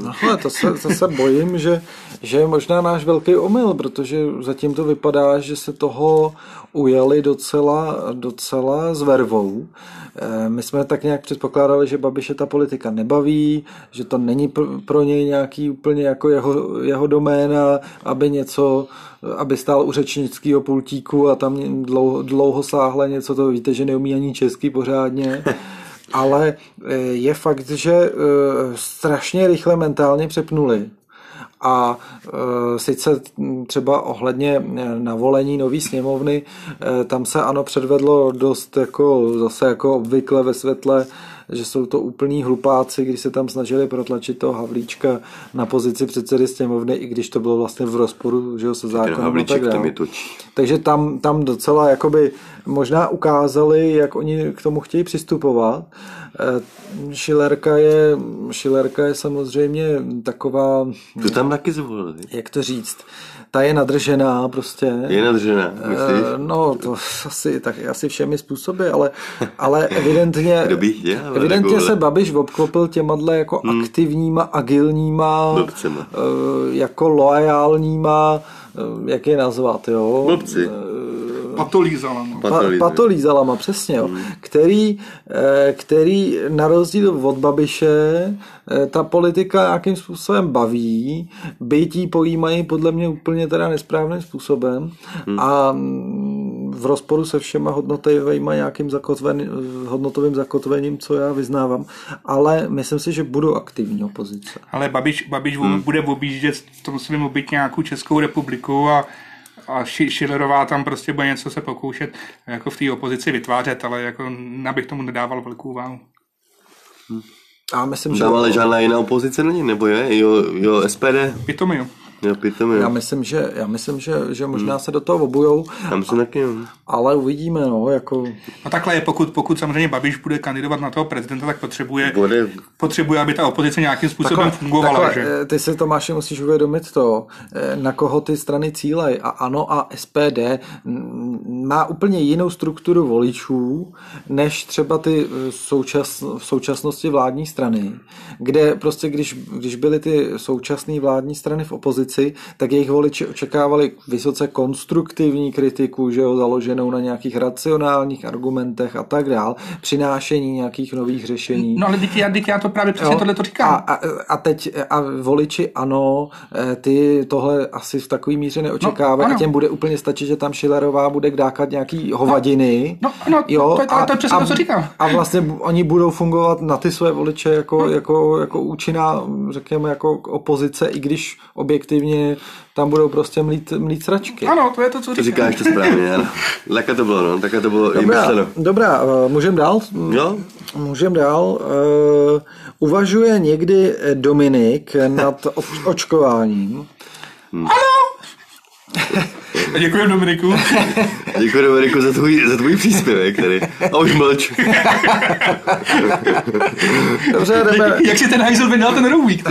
S1: No ale to se, to se bojím, že, že je možná náš velký omyl, protože zatím to vypadá, že se toho ujeli docela, docela s vervou. Eh, My jsme tak nějak předpokládali, že Babiše ta politika nebaví, že to není pr- pro něj nějaký úplně jako jeho, jeho doména, aby něco, aby stál u řečnického pultíku a tam dlouho, dlouho sáhle něco, to víte, že neumí ani česky pořádně. Ale eh, je fakt, že eh, strašně rychle mentálně přepnuli. A e, sice třeba ohledně eh, navolení nový sněmovny, e, tam se ano předvedlo dost jako zase jako obvykle ve světle že jsou to úplní hlupáci, když se tam snažili protlačit toho Havlíčka na pozici předsedy sněmovny, i když to bylo vlastně v rozporu že jo, se zákonem.
S3: Havlíček
S1: Tak dále.
S3: tam je točí.
S1: Takže tam, tam docela jakoby možná ukázali, jak oni k tomu chtějí přistupovat. Eh, Schillerka je, Schillerka je samozřejmě taková,
S3: Tu tam taky zvolili.
S1: jak to říct, ta je nadržená prostě.
S3: Je nadřená, myslíš?
S1: Eh, No, to asi, tak, asi všemi způsoby, ale, ale evidentně,
S3: (laughs) Kdo by jich dělal,
S1: evidentně
S3: takovouhle?
S1: se Babiš obklopil těma dle jako hmm. aktivníma, agilníma,
S3: Blbcema.
S1: eh, jako loajálníma, eh, jak je nazvat, jo?
S3: Blbci.
S2: Patolízala. No.
S3: Patolízy.
S1: Pa, patolízalama, přesně, jo. Který, eh, který na rozdíl od Babiše eh, ta politika nějakým způsobem baví, byť jí pojímají podle mě úplně teda nesprávným způsobem a mm, v rozporu se všema hodnotovými nějakým zakotven, hodnotovým zakotvením, co já vyznávám, ale myslím si, že budou aktivní opozice.
S2: Ale Babiš, Babiš hmm. bude objíždět v tom svým obytňáku Českou republiku a, a Ši- Schillerová tam prostě bude něco se pokoušet jako v té opozici vytvářet, ale jako abych tomu nedával velkou váhu.
S1: A myslím, že
S3: Tam ale žádná jiná opozice není, nebo je? Jo, jo SPD,
S2: Pitomi, jo.
S3: jo, pitomé.
S1: já myslím, že, já myslím, že, že možná se do toho obujou,
S3: Tam jsem taky, jo.
S1: ale uvidíme, no, jako...
S2: No takhle je, pokud, pokud samozřejmě Babiš bude kandidovat na toho prezidenta, tak potřebuje,
S3: Bude-
S2: potřebuje aby ta opozice nějakým způsobem fungovala. že?
S1: eh, Ty si, Tomáši, musíš uvědomit to, eh, na koho ty strany cílej. A ANO a SPD mm, má úplně jinou strukturu voličů, než třeba ty eh, součas, v současnosti vládní strany, kde prostě, když, když byly ty současné vládní strany v opozici, tak jejich voliči očekávali vysoce konstruktivní kritiku, že jo, založenou na nějakých racionálních argumentech a tak dál, přinášení nějakých nových řešení.
S2: No ale teď já, teď já to právě přesně
S1: Jo.
S2: tohle to říkám.
S1: No, A, a, a teď a voliči ano, eh, ty tohle asi v takové míře neočekávají no,
S2: No,
S1: a
S2: ano.
S1: těm bude úplně stačit, že tam Šilerová bude dákat nějaký hovadiny.
S2: No, no, to- ale to je přesně to, co říkám.
S1: A vlastně bu- oni budou fungovat na ty své voliče jako,
S2: No.
S1: jako, jako účinná, řekněme, jako opozice, i když objektivně tam budou prostě mlít, mlít sračky.
S2: Ano, to je to, co
S3: To
S2: říkám.
S3: říkáš to správně, ano. Takhle to bylo, no. Takhle to bylo i
S1: Dobrá,
S3: myšleno.
S1: dobrá můžeme dál?
S3: Jo?
S1: Můžem dál. Eh, Uvažuje někdy eh, Dominik nad o- očkováním.
S2: A (laughs)
S1: (laughs)
S2: Děkuji Dominiku.
S3: Děkuji, Dominiku, za tvůj, za tvůj příspěvek tady. A už
S1: (laughs)
S3: mlč.
S1: Dobře, jdeme.
S2: Jak si ten hajzl vydal ten roubík?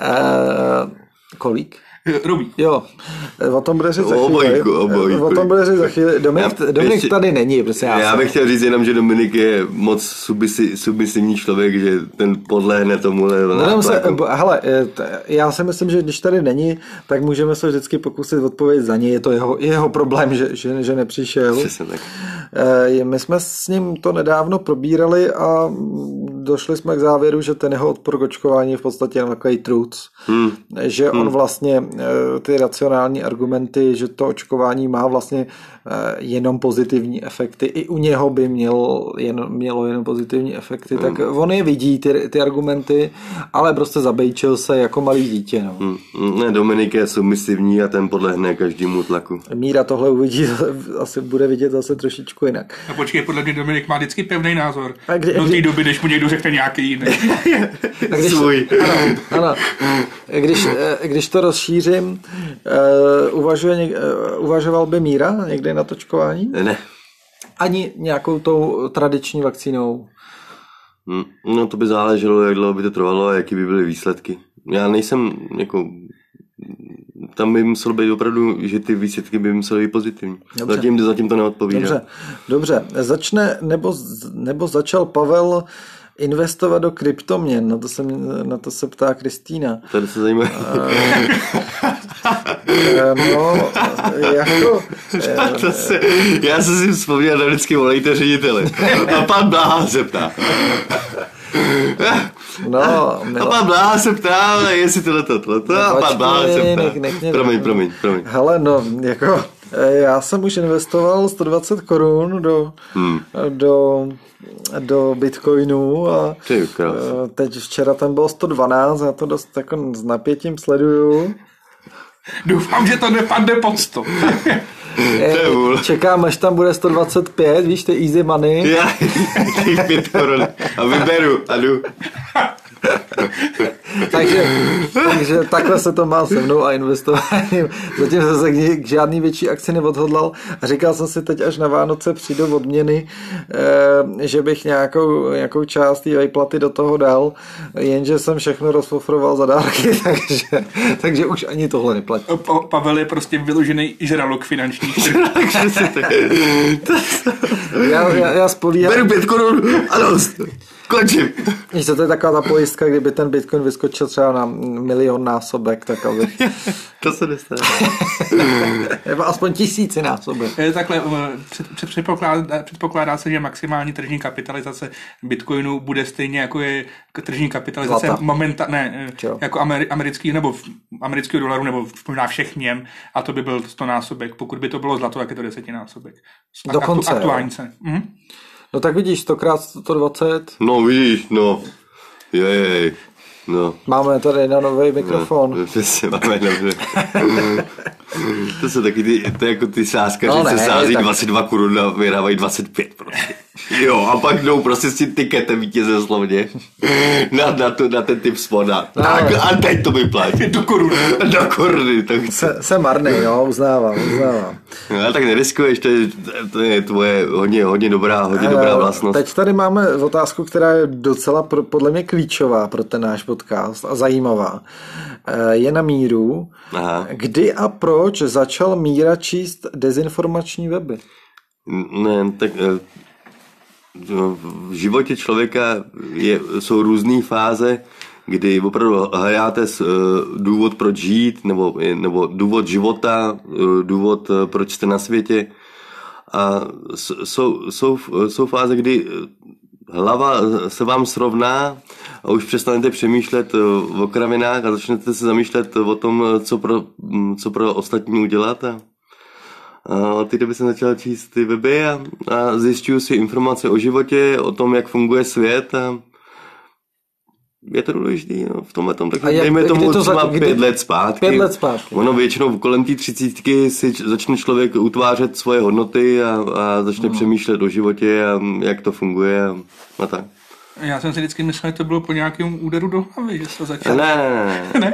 S1: Eh, Kolik?
S2: Roubík.
S1: Jo, eh, o tom bude řeč za
S3: Obojku,
S1: chvíli. Eh,
S3: obojku.
S1: O tom bude řeč za chvíli. Dominik,
S3: Já-
S1: Dominik
S3: ještě-
S1: tady není, prostě já,
S3: Já bych chtěl říct jenom, že Dominik je moc submisi, submisivní člověk, že ten podlehne tomuhle
S1: Budem se,
S3: nátlaku.
S1: bo- hele, eh, t- já si myslím, že když tady není, tak můžeme se vždycky pokusit odpovědět za něj. Je to jeho, jeho problém, že, že, že nepřišel.
S3: Přesně tak.
S1: Eh, My jsme s ním to nedávno probírali a mm, došli jsme k závěru, že ten jeho odpor k očkování je v podstatě jenom takový truc. Hmm. Že on vlastně eh, ty racionální argumenty, že to očkování má vlastně eh, jenom pozitivní efekty, i u něho by měl jen, mělo jenom pozitivní efekty, tak on je vidí, ty, ty argumenty, ale prostě zabejčil se jako malý dítě. No.
S3: Hm, hm, Ne, Dominik je submisivní a ten podlehne každému tlaku.
S1: Míra tohle uvidí, (laughs) asi bude vidět zase trošičku jinak.
S2: A počkej, podle mě Dominik má vždycky pevný názor.
S1: A kdy-
S2: Do té
S1: kdy-
S2: doby, než mu někdo řekne nějaký
S1: (laughs)
S2: jiný.
S3: Svůj.
S1: Ano, ano. Když, eh, když to rozšířím, eh, uvažuje, něk- eh, uvažoval by Míra někdy na točkování?
S3: Ne.
S1: Ani nějakou tou tradiční vakcínou.
S3: Hm, No to by záleželo, jak dlouho by to trvalo a jaký by byly výsledky. Já nejsem jako... Tam by muselo být opravdu, že ty výsledky by musely být pozitivní.
S1: Dobře.
S3: Zatím, zatím to neodpovídá.
S1: Dobře, dobře. Začne nebo, z- nebo začal Pavel investovat do kryptoměn? Na to se, mě- na to se ptá Kristýna.
S3: Tady se zajímá.
S1: Eh, No, eh, jako... eh,
S3: To se, já jsem si vzpomněl, na vždycky volejte řediteli. A pan Bláha se ptá.
S1: No,
S3: A
S1: Milo-
S3: pan Bláha se ptá, jestli tohle to, tohle to. A
S1: Počkej,
S3: pan Bláha se
S1: nech-
S3: ptá.
S1: nech mě-
S3: Promiň, promiň, promiň.
S1: Hele, no, jako, Já jsem už investoval 120 korun do, hmm. do, do bitcoinu a e,
S3: Ty krásno.
S1: teď včera tam bylo 112, já to dost jako s napětím
S3: (laughs)
S1: sleduju.
S2: Doufám, že to nepadne pod 100.
S1: Eh,
S3: je vůl.
S1: Čekám, až tam bude 125, víš, to je easy money.
S3: Já těch pět korun a vyberu a jdu.
S1: Takže, takže takhle se to má se mnou a investováním. Zatím jsem se k ni- k žádný větší akci neodhodlal a říkal jsem si teď, až na Vánoce přijdu odměny, eh, že bych nějakou, nějakou část té vejplaty do toho dal, jenže jsem všechno rozpofroval za dárky, (laughs) takže, takže už ani tohle neplatí.
S2: Pa- Pavel je prostě vyložený
S1: (laughs)
S2: žralok finančních trhů.
S3: Takže se tak...
S1: Já, já, já spolíhám,
S3: Beru pět korun a dost. Končím.
S1: Víš, co, to je taková ta pojistka, kdyby ten Bitcoin vyskočil třeba na milion násobek, tak aby, (laughs)
S3: To se nestane.
S1: nebo aspoň tisíci násobek.
S2: Eh, Takhle eh, před- před- předpokládá, předpokládá se, že maximální tržní kapitalizace Bitcoinu bude stejně jako je k- tržní kapitalizace
S1: Zlata.
S2: momenta, ne, eh,
S1: Čau.
S2: jako ameri- americký, nebo v- amerického dolaru, nebo v- možná všech měn, a to by byl 100 násobek. Pokud by to bylo zlato, tak je to desetinásobek. A-
S1: Dokonce,
S2: Aktu, aktuální cena. Mhm.
S1: No tak vidíš, 100 krát 120,
S3: No vidíš, no. Jej, no.
S1: máme tady na nový mikrofon.
S3: No, přesně, máme dobře. to jsou taky ty, to je jako ty sáskaři,
S1: No
S3: no,
S1: ne,
S3: se sází
S1: tak-
S3: tak... 22 korun a vyhrávají 25 prostě. Jo, a pak jdou prostě s tím tiketem vítěze slovně na, na, tu, na ten typ spoda. tak,
S1: ale-
S3: a teď to vyplatí.
S2: Do koruny.
S3: Do koruny, to chce.
S1: Se- Jsem marný, jo, uznávám, uznávám.
S3: No, ale tak neriskuješ, to je, to je tvoje hodně, hodně dobrá, hodně dobrá
S1: Eh,
S3: vlastnost.
S1: Teď tady máme otázku, která je docela pro, podle mě klíčová pro ten náš podcast a zajímavá. Eh, Je na míru.
S3: Aha.
S1: Kdy a proč začal Míra číst dezinformační weby?
S3: Ne, tak eh, no, v životě člověka je, jsou různé fáze, kdy opravdu hledáte s- eh, důvod, proč žít, nebo, nebo důvod života, eh, důvod, eh, proč jste na světě. A s- jsou, jsou, jsou fáze, kdy eh, hlava se vám srovná a už přestanete přemýšlet eh, o kravinách a začnete se zamýšlet o tom, eh, co pro, hm, co pro ostatní udělat. A a od té doby jsem začal číst ty weby a, a zjišťuju si informace o životě, o tom, jak funguje svět a je to důležité no, v tomhle tom, tak
S1: A jak-
S3: dejme
S1: kdy
S3: tomu
S1: to za-
S3: třeba
S1: kdy-
S3: pět let zpátky.
S1: Pět let zpátky.
S3: Ono většinou kolem té třicítky si č- začne člověk utvářet svoje hodnoty a, a začne přemýšlet o životě a jak to funguje a, a tak.
S2: Já jsem si vždycky myslel, že to bylo po nějakém úderu do hlavy, že se to
S3: Ne,
S2: začalo.
S3: ne, ne, ne.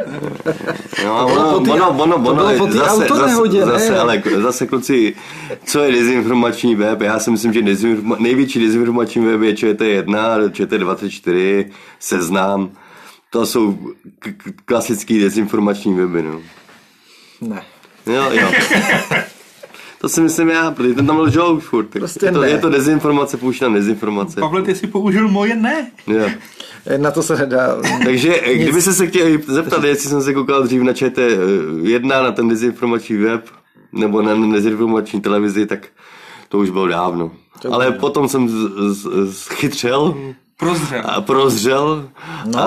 S3: No,
S1: To bylo
S3: ono,
S1: po ty-
S3: ono, ono,
S1: to
S3: ono,
S1: bylo po ty
S3: zase,
S1: autonehodě,
S3: zase,
S1: ne?
S3: zase, ale zase kluci, co je dezinformační web? Já si myslím, že dezinforma, největší dezinformační web je ČT1, ČT24, Seznam. To jsou k- k- klasický dezinformační weby, no.
S1: Ne.
S3: Jo,
S1: (laughs)
S3: jo. To si myslím já, protože ten tam lžou furt. tak
S1: Prostě
S3: je, to,
S1: ne.
S3: je to dezinformace, pouští tam dezinformace.
S2: Pavle, ty si použil moje ne.
S3: Jo.
S1: Eh, Na to se
S3: (laughs)
S1: nedá.
S3: Takže eh, kdyby se se chtěl zeptat, jestli jsem se koukal dřív na ČT1, na ten dezinformační web, nebo na na dezinformační televizi, tak to už bylo dávno. Ale potom jsem z- z- schytřel
S2: Prozřel.
S3: a prozřel a,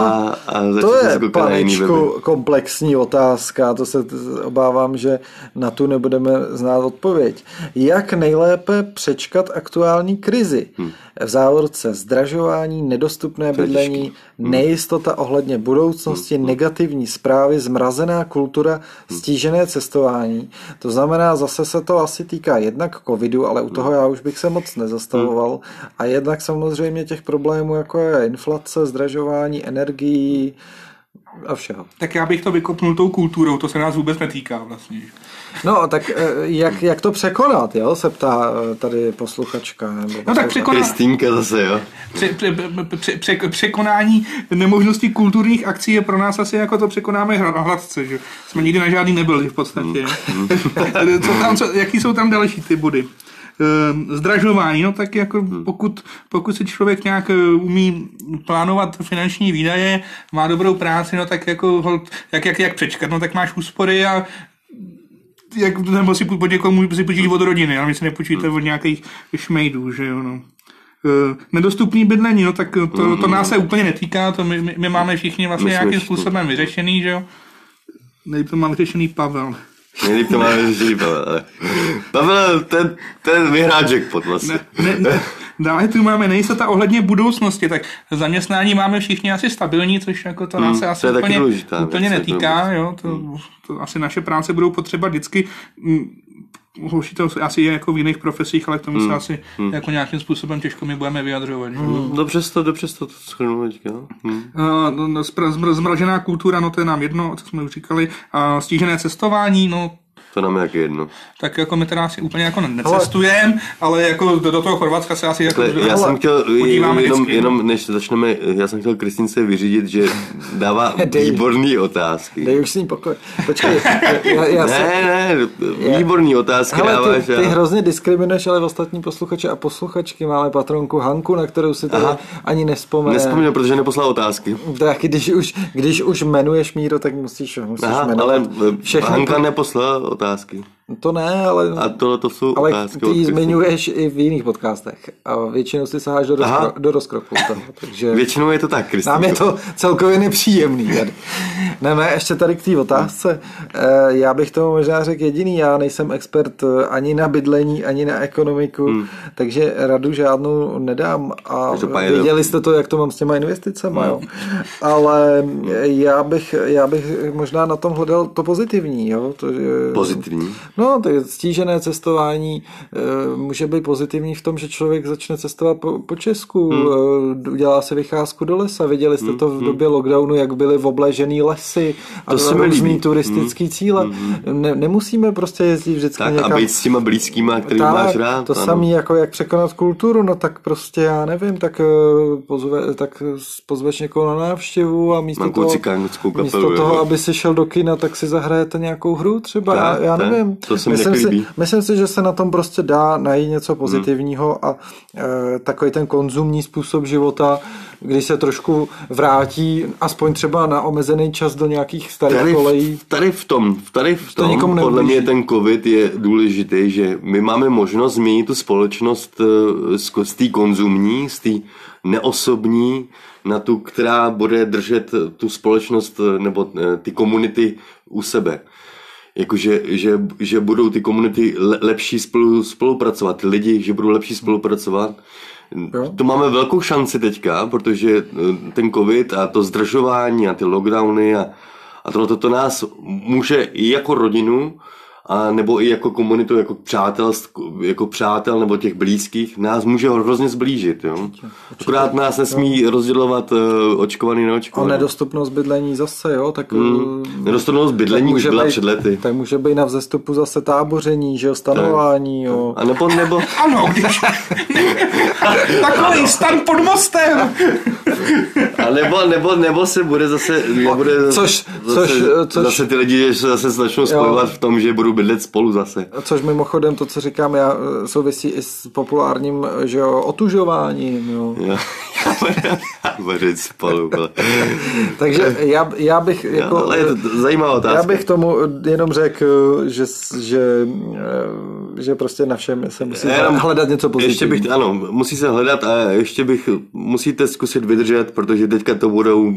S3: a začal
S1: No. To
S3: jsem se
S1: je,
S3: koukat na jiný weby.
S1: panečku, komplexní otázka, to se t- obávám, že na tu nebudeme znát odpověď. Jak nejlépe přečkat aktuální krizi? V závorce zdražování, nedostupné bydlení, nejistota ohledně budoucnosti, negativní zprávy, zmrazená kultura, stížené cestování. To znamená, zase se to asi týká jednak covidu, ale u toho já už bych se moc nezastavoval. A jednak samozřejmě těch problémů, jako je inflace, zdražování energií a všeho.
S2: Tak já bych to vykopnul tou kulturou, to se nás vůbec netýká vlastně. že?
S1: No, tak eh, jak, jak to překonat, jo, se ptá eh, tady posluchačka. Nebo
S2: No tak
S1: posluchač.
S2: překoná,
S3: Kristýnka zase, jo.
S2: pře, pře, pře, pře, překonání nemožnosti kulturních akcí je pro nás asi jako to překonáme hra- na hladce, že jsme nikdy na žádný nebyli v podstatě. co tam, co, jaký jsou tam další ty body? Ehm, Zdražování, no tak jako pokud, pokud si člověk nějak eh, umí plánovat finanční výdaje, má dobrou práci, no tak jako hold, jak, jak, jak přečkat, no tak máš úspory a jak, nebo si po někomu si půjčíš od rodiny, ale my si nepůjčíte od nějakých šmejdů, že jo, no. Eh, Nedostupný bydlení, no tak to, to nás se úplně netýká, to my, my, my máme všichni vlastně
S3: My jsme
S2: nějakým
S3: všichni.
S2: způsobem vyřešený, že jo. Nejprve má vyřešený Pavel.
S3: Nejlíp to máme vyřešit, Pavel. ale- Pavel, ten, ten vyhrál jackpot vlastně.
S2: Ne, ne, ne. Dále tu máme nejistota ohledně budoucnosti, tak zaměstnání máme všichni asi stabilní, což jako to nás se asi
S3: Hmm, to je taky
S2: úplně,
S3: důležitá věc,
S2: úplně
S3: jako
S2: netýká,
S3: vůbec. Hmm.
S2: jo, to, to, asi naše práce budou potřeba vždycky, mm, Horší to asi je jako v jiných profesích, ale k tomu
S3: Hmm,
S2: se asi jako nějakým způsobem těžko my budeme vyjadřovat. Že? jo.
S3: Dobře jsi No to, dobře jsi to schrnul teďka. jo? Hm.
S2: Eh, no, no, zmra- zmra- Zmražená kultura, no to je nám jedno, co jsme už říkali. A stížené cestování, no
S3: To nám je taky jedno.
S2: tak jako my teda asi úplně jako necestujeme, ale jako do, do toho Chorvatska se asi jako...
S3: Takhle, já jsem chtěl
S2: podíváme
S3: jenom,
S2: vždycky.
S3: jenom, než začneme, já jsem chtěl Kristince vyřídit, že dává
S1: (laughs) Dej.
S3: výborný otázky.
S1: Dej už s ní pokoj. Počkej, já, já se...
S3: Ne, ne, výborný otázky
S1: Hele,
S3: dáváš.
S1: ty, ty
S3: a-
S1: hrozně diskriminuješ ale ostatní posluchače a posluchačky. Máme patronku Hanku, na kterou si tady ani nespomene.
S3: Nespomněl, protože neposlal otázky.
S1: Tak když už, když už jmenuješ Míro, tak musíš, musíš
S3: Aha,
S1: jmenovat.
S3: ale
S1: všechny
S3: všechny Hanka
S1: ty-
S3: neposlala otázky.
S1: To ne, ale...
S3: A tohle to jsou
S1: ale
S3: otázky.
S1: ty
S3: od
S1: ji
S3: Kristýny.
S1: zmiňuješ i v jiných podcastech a většinou si saháš do,
S3: Aha.
S1: rozkro, do rozkroku. Toho, takže
S3: Většinou je to tak, Kristýnko.
S1: nám je to celkově nepříjemný. Tady. Ne, ne, ještě tady k té otázce. Eh, Já bych tomu možná řekl jediný, já nejsem expert eh, ani na bydlení, ani na ekonomiku, takže radu žádnou nedám. A
S3: Každopádně to-
S1: viděli jste to, jak to mám s těma investicema, jo.
S3: Hmm.
S1: Ale eh, já bych, já bych možná na tom hledal to pozitivní, jo. To, že-
S3: Pozitivní.
S1: No, to je stížené cestování eh, může být pozitivní v tom, že člověk začne cestovat po, po Česku, hmm. udělá si vycházku do lesa. Viděli jste to v době lockdownu, jak byly obležený lesy a
S3: Hmm. To se mi
S1: různý
S3: líbí. Hmm.
S1: turistický cíle. Ne, nemusíme prostě jezdit vždycky
S3: Tak
S1: někam.
S3: a být s těma blízkýma, který
S1: Tak,
S3: máš rád.
S1: to
S3: ano.
S1: samé, jako jak překonat kulturu, no tak prostě já nevím, tak, eh, pozve, tak s- pozveš někoho na návštěvu a místo
S3: Mám
S1: toho,
S3: kluci káňuckou kapelu.
S1: místo
S3: jo.
S1: toho, aby si šel do kina, tak si zahrajete nějakou hru třeba, já,
S3: Tak,
S1: já
S3: tak,
S1: nevím.
S3: to se mi
S1: myslím,
S3: taky
S1: si,
S3: líbí.
S1: myslím si, že se na tom prostě dá najít něco pozitivního a e, takový ten konzumní způsob života, kdy se trošku vrátí, aspoň třeba na omezený čas do nějakých starých
S3: Tady,
S1: kolejí.
S3: v- tady v tom, tady v tom,
S1: nikomu
S3: podle
S1: neublíží.
S3: mě ten covid je důležitý, že my máme možnost změnit tu společnost eh, z ko- z té konzumní, z té neosobní, na tu, která bude držet eh, tu společnost eh, nebo eh, ty komunity u sebe. Jakože že, že budou ty komunity le- lepší spolu, spolupracovat, ty lidi, že budou lepší spolupracovat.
S1: Jo.
S3: To máme velkou šanci teďka, protože eh, ten covid a to zdržování a ty lockdowny a, a tohle to nás může i jako rodinu a nebo i jako komunitu, jako přátel, jako přátel nebo těch blízkých, nás může hrozně zblížit. Jo? Akorát nás nesmí rozdělovat eh, očkovaný
S1: A
S3: neočkovaný.
S1: nedostupnost bydlení zase, jo, tak... eh,
S3: No. Hmm. Nedostupnost bydlení už byla
S1: být-
S3: před lety.
S1: Tak může být na vzestupu zase táboření, že jo, stanování, jo.
S3: A nebo, nebo,
S2: Ano, když... (laughs) Takový stan pod mostem.
S3: a nebo, nebo, nebo se bude zase, bude
S1: což-
S3: zase,
S1: což, eh, což-
S3: zase ty lidi se zase začnou spojovat v tom, že budou bydlet spolu zase.
S1: Což mimochodem to, co říkám já, eh, souvisí i s populárním, eh, že jo, otužováním,
S3: (laughs)
S1: jo. (laughs)
S3: Jo. Vařit spolu, vole.
S1: Takže já, já bych jako...
S3: Jo, ale je to zajímavá otázka.
S1: Já bych tomu jenom řekl, že, že, že prostě na všem se musí
S3: Jenom-
S1: hledat něco
S3: Ještě
S1: pozitivního.
S3: bych, ano, musí se hledat a ještě bych, musíte zkusit vydržet, protože teďka to budou,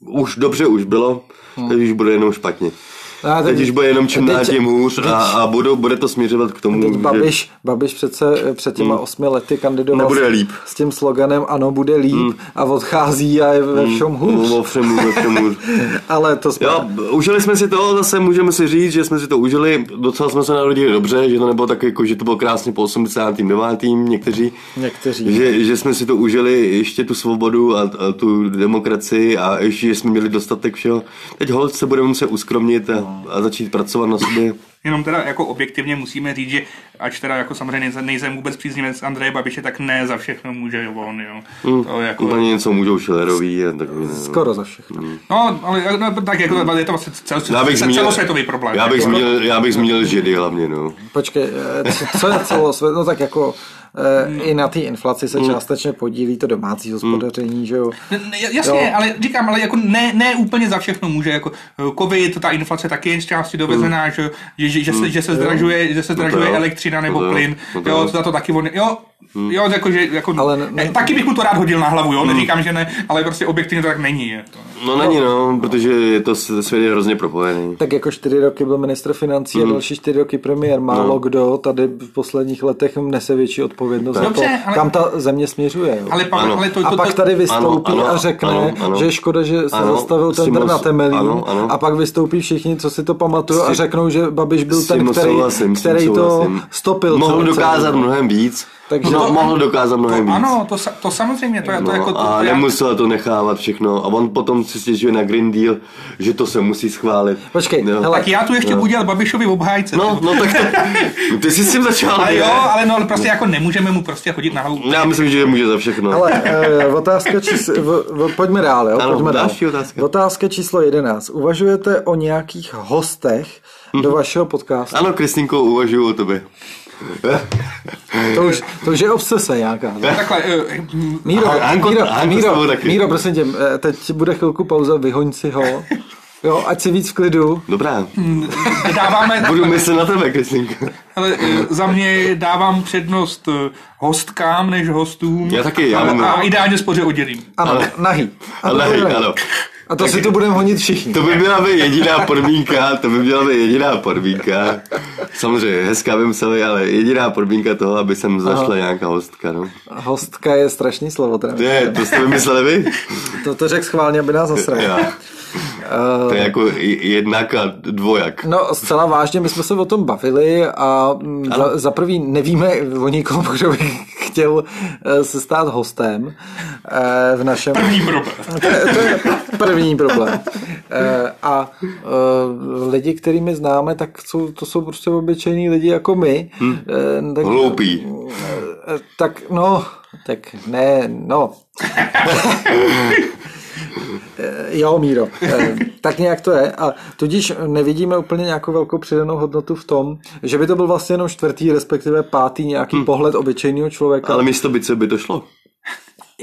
S3: už dobře už bylo, teď už bude jenom špatně.
S1: Hmm. A
S3: Teď
S1: teď-
S3: už bude jenom čím
S1: teď-
S3: dál tím hůř a,
S1: teď-
S3: a budou, bude to směřovat k tomu,
S1: Teď
S3: že- Hmm.
S1: Babiš, Babiš přece eh, před těma osmi lety kandidoval
S3: Nebude
S1: s-
S3: líp. Hmm.
S1: s tím sloganem ano, bude líp a odchází a je ve všem hůř.
S3: O všem, o všem hůř.
S1: (laughs) Ale to jsme...
S3: Jo, užili jsme si to, zase můžeme si říct, že jsme si to užili, docela jsme se narodili dobře, že to nebylo tak jako, že to bylo krásně po 89. někteří,
S1: Někteří.
S3: Že, že jsme si to užili ještě tu svobodu a, a tu demokracii a ještě, že jsme měli dostatek všeho. Teď hold se budeme muset uskromnit a, a začít pracovat na sobě.
S2: Jenom teda jako objektivně musíme říct, že ač teda jako samozřejmě nejsem, nejsem vůbec příznivec Andreje Babiše, tak ne za všechno může on, jo.
S3: Mm.
S2: To je jako,
S3: Na něco můžou šelerový a takový. ne.
S1: Skoro za všechno.
S2: no, ale no, tak jako, je to vlastně cel,
S3: Mm. Já bych
S2: cel,
S3: zmínil,
S2: celosvětový problém.
S3: Já bych
S2: jako,
S3: zmínil, já bych zmínil židy hlavně, no.
S1: Počkej, eh, co- co je celosvět? No tak jako eh, i na té inflaci
S3: Hmm.
S1: se částečně podílí to domácí hospodaření, že jo.
S2: Ne, ne, jasně,
S1: Jo.
S2: ale říkám, ale jako ne, ne úplně za všechno může, jako eh, covid, ta inflace taky je z části dovezená, že, že, že, že, se, že se zdražuje, že se zdražuje
S3: Hmm. jo.
S2: elektřina nebo
S3: No to jo. Hmm.
S2: plyn,
S3: No to
S2: jo,
S3: jo.
S2: za to taky on, jo, Jo, jako, že, jako,
S1: Ale
S2: ale
S1: ne-
S2: ne, taky bych mu to rád hodil na hlavu,
S3: Hmm.
S2: jo, neříkám, že ne, ale prostě objektivně to tak není. Je to.
S3: No není no, protože je to s- svět je hrozně propojený.
S1: Tak jako čtyři roky byl ministr financí
S3: Hmm.
S1: a další čtyři roky premiér. Málo
S3: No.
S1: kdo tady v posledních letech nese větší odpovědnost za to,
S2: Dobře, ale-
S1: kam ta země směřuje. Jo.
S2: Ale, pak,
S3: Ano.
S2: ale to, to,
S1: a
S2: to,
S1: pak tady vystoupí
S3: ano,
S1: a řekne,
S3: ano, ano.
S1: že je škoda, že se
S3: Ano,
S1: zastavil
S3: s tím
S1: tender na
S3: mus-
S1: Temelín
S3: ano, ano.
S1: a pak vystoupí všichni, co si to pamatují a
S3: tím-
S1: řeknou, že Babiš byl
S3: S tím
S1: ten, který,
S3: souhlasím, s tím
S1: který to
S3: souhlasím.
S1: stopil.
S3: Mohl
S1: celou-
S3: dokázat
S1: celou-
S3: mnohem víc.
S1: Takže-
S3: Takže no, mohl dokázat
S2: to,
S3: mnohem víc.
S2: ano, to, sa- to samozřejmě, to, je- to,
S3: No,
S2: jako, to,
S3: a
S2: to já-
S3: nemusel to nechávat všechno. A on potom si stěžuje na Green Deal, že to se musí schválit.
S1: Počkej,
S3: no.
S1: hele,
S2: tak já tu ještě budu dělat Babišovi obhájce.
S3: No, no tak to, (laughs) ty jsi s tím začal.
S2: Ale
S3: ne?
S2: jo, ale no, ale prostě jako nemůžeme mu prostě chodit na hlavu.
S3: Já myslím, že může za všechno.
S1: Ale eh, otázka číslo... V, v, pojďme dál, jo?
S3: Ano,
S1: pojďme dál.
S3: další otázka.
S1: Otázka číslo 11. Uvažujete o nějakých hostech
S3: Mhm.
S1: do vašeho podcastu?
S3: Ano, Kristýnko, uvažuju o tobě. (laughs)
S1: To už, to už je obsese nějaká. ne?
S2: Takhle, eh, hm,
S1: Míro,
S3: A- Hanko-
S1: Míro,
S3: Hanko s
S1: Míro,
S3: tebou taky.
S1: Míro, prosím tě, eh, teď bude chvilku pauza, vyhoň si ho. Jo, ať si víc v klidu.
S3: Dobrá,
S2: Hmm. eh, dáváme,
S3: budu myslet na tebe, Kristýnko.
S2: ale, eh, za mě dávám přednost eh, hostkám než hostům.
S3: Já taky, já mám-
S2: a, a ideálně spoře oddělím.
S1: Ano, nahý. A to
S3: Ale
S1: bude
S3: hej,
S1: nahý.
S3: ano.
S1: A to si tu budeme honit všichni.
S3: To by byla by jediná podmínka, to by byla by jediná podmínka. Samozřejmě, hezká by museli, ale jediná podmínka toho, aby sem zašla nějaká hostka, no.
S1: Hostka je strašný slovo teda.
S3: Ne, to jste vymysleli vy?
S1: To, to řekl schválně, aby nás zasral.
S3: Já. To je jako i- jednak a dvojak.
S1: No, zcela vážně, my jsme se o tom bavili a mm, za, za prvý nevíme o nikom, kdo by chtěl eh, se stát hostem eh, v našem...
S2: První problém.
S1: To je, to je první problém. Eh, A eh, lidi, kterými známe, tak jsou, to jsou prostě obyčejní lidi jako my. Eh, Tak,
S3: Hloupý.
S1: eh, Tak no, tak ne, no. Eh, Jo, Míro, eh, tak nějak to je. A tudíž nevidíme úplně nějakou velkou přidanou hodnotu v tom, že by to byl vlastně jenom čtvrtý, respektive pátý nějaký pohled obyčejného člověka.
S3: Hm. Ale místo by co by to šlo?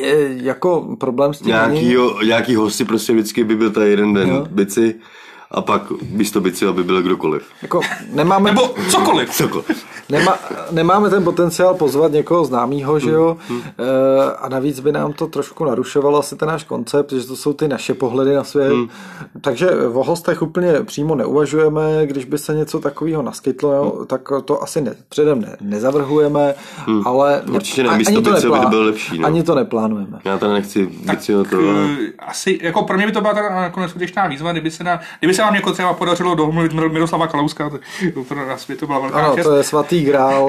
S1: Eh, Jako problém s tím není.
S3: Nějakýho, nějaký hosti prostě vždycky by byl tady jeden den bici a pak místo bici by byl kdokoliv.
S1: Jako nemáme...
S2: Nebo cokoliv.
S3: Cokoliv.
S1: Nemá, nemáme ten potenciál pozvat někoho známého, že jo?
S3: Hmm,
S1: E, a navíc by nám to trošku narušovalo asi ten náš koncept, že to jsou ty naše pohledy na svět.
S3: Hmm.
S1: Takže o hostech úplně přímo neuvažujeme, když by se něco takového naskytlo,
S3: Hmm.
S1: jo, tak to asi ne, předem ne, nezavrhujeme, ale
S3: Určitě ne,
S1: a-
S3: místo
S1: ani to,
S3: by to
S1: neplá-
S3: bylo lepší, no.
S1: ani to neplánujeme.
S3: Já tady nechci bici o
S2: Tak,
S3: to. ale-
S2: eh, asi, jako pro mě by to byla teda nakonec skutečná výzva, kdyby se, na, kdyby se vám jako třeba podařilo dohmluvit Mir- Miroslava Kalouska, to, pro nás by to byla velká
S1: Ano,
S2: čest. (laughs)
S1: to je svatý (laughs) grál.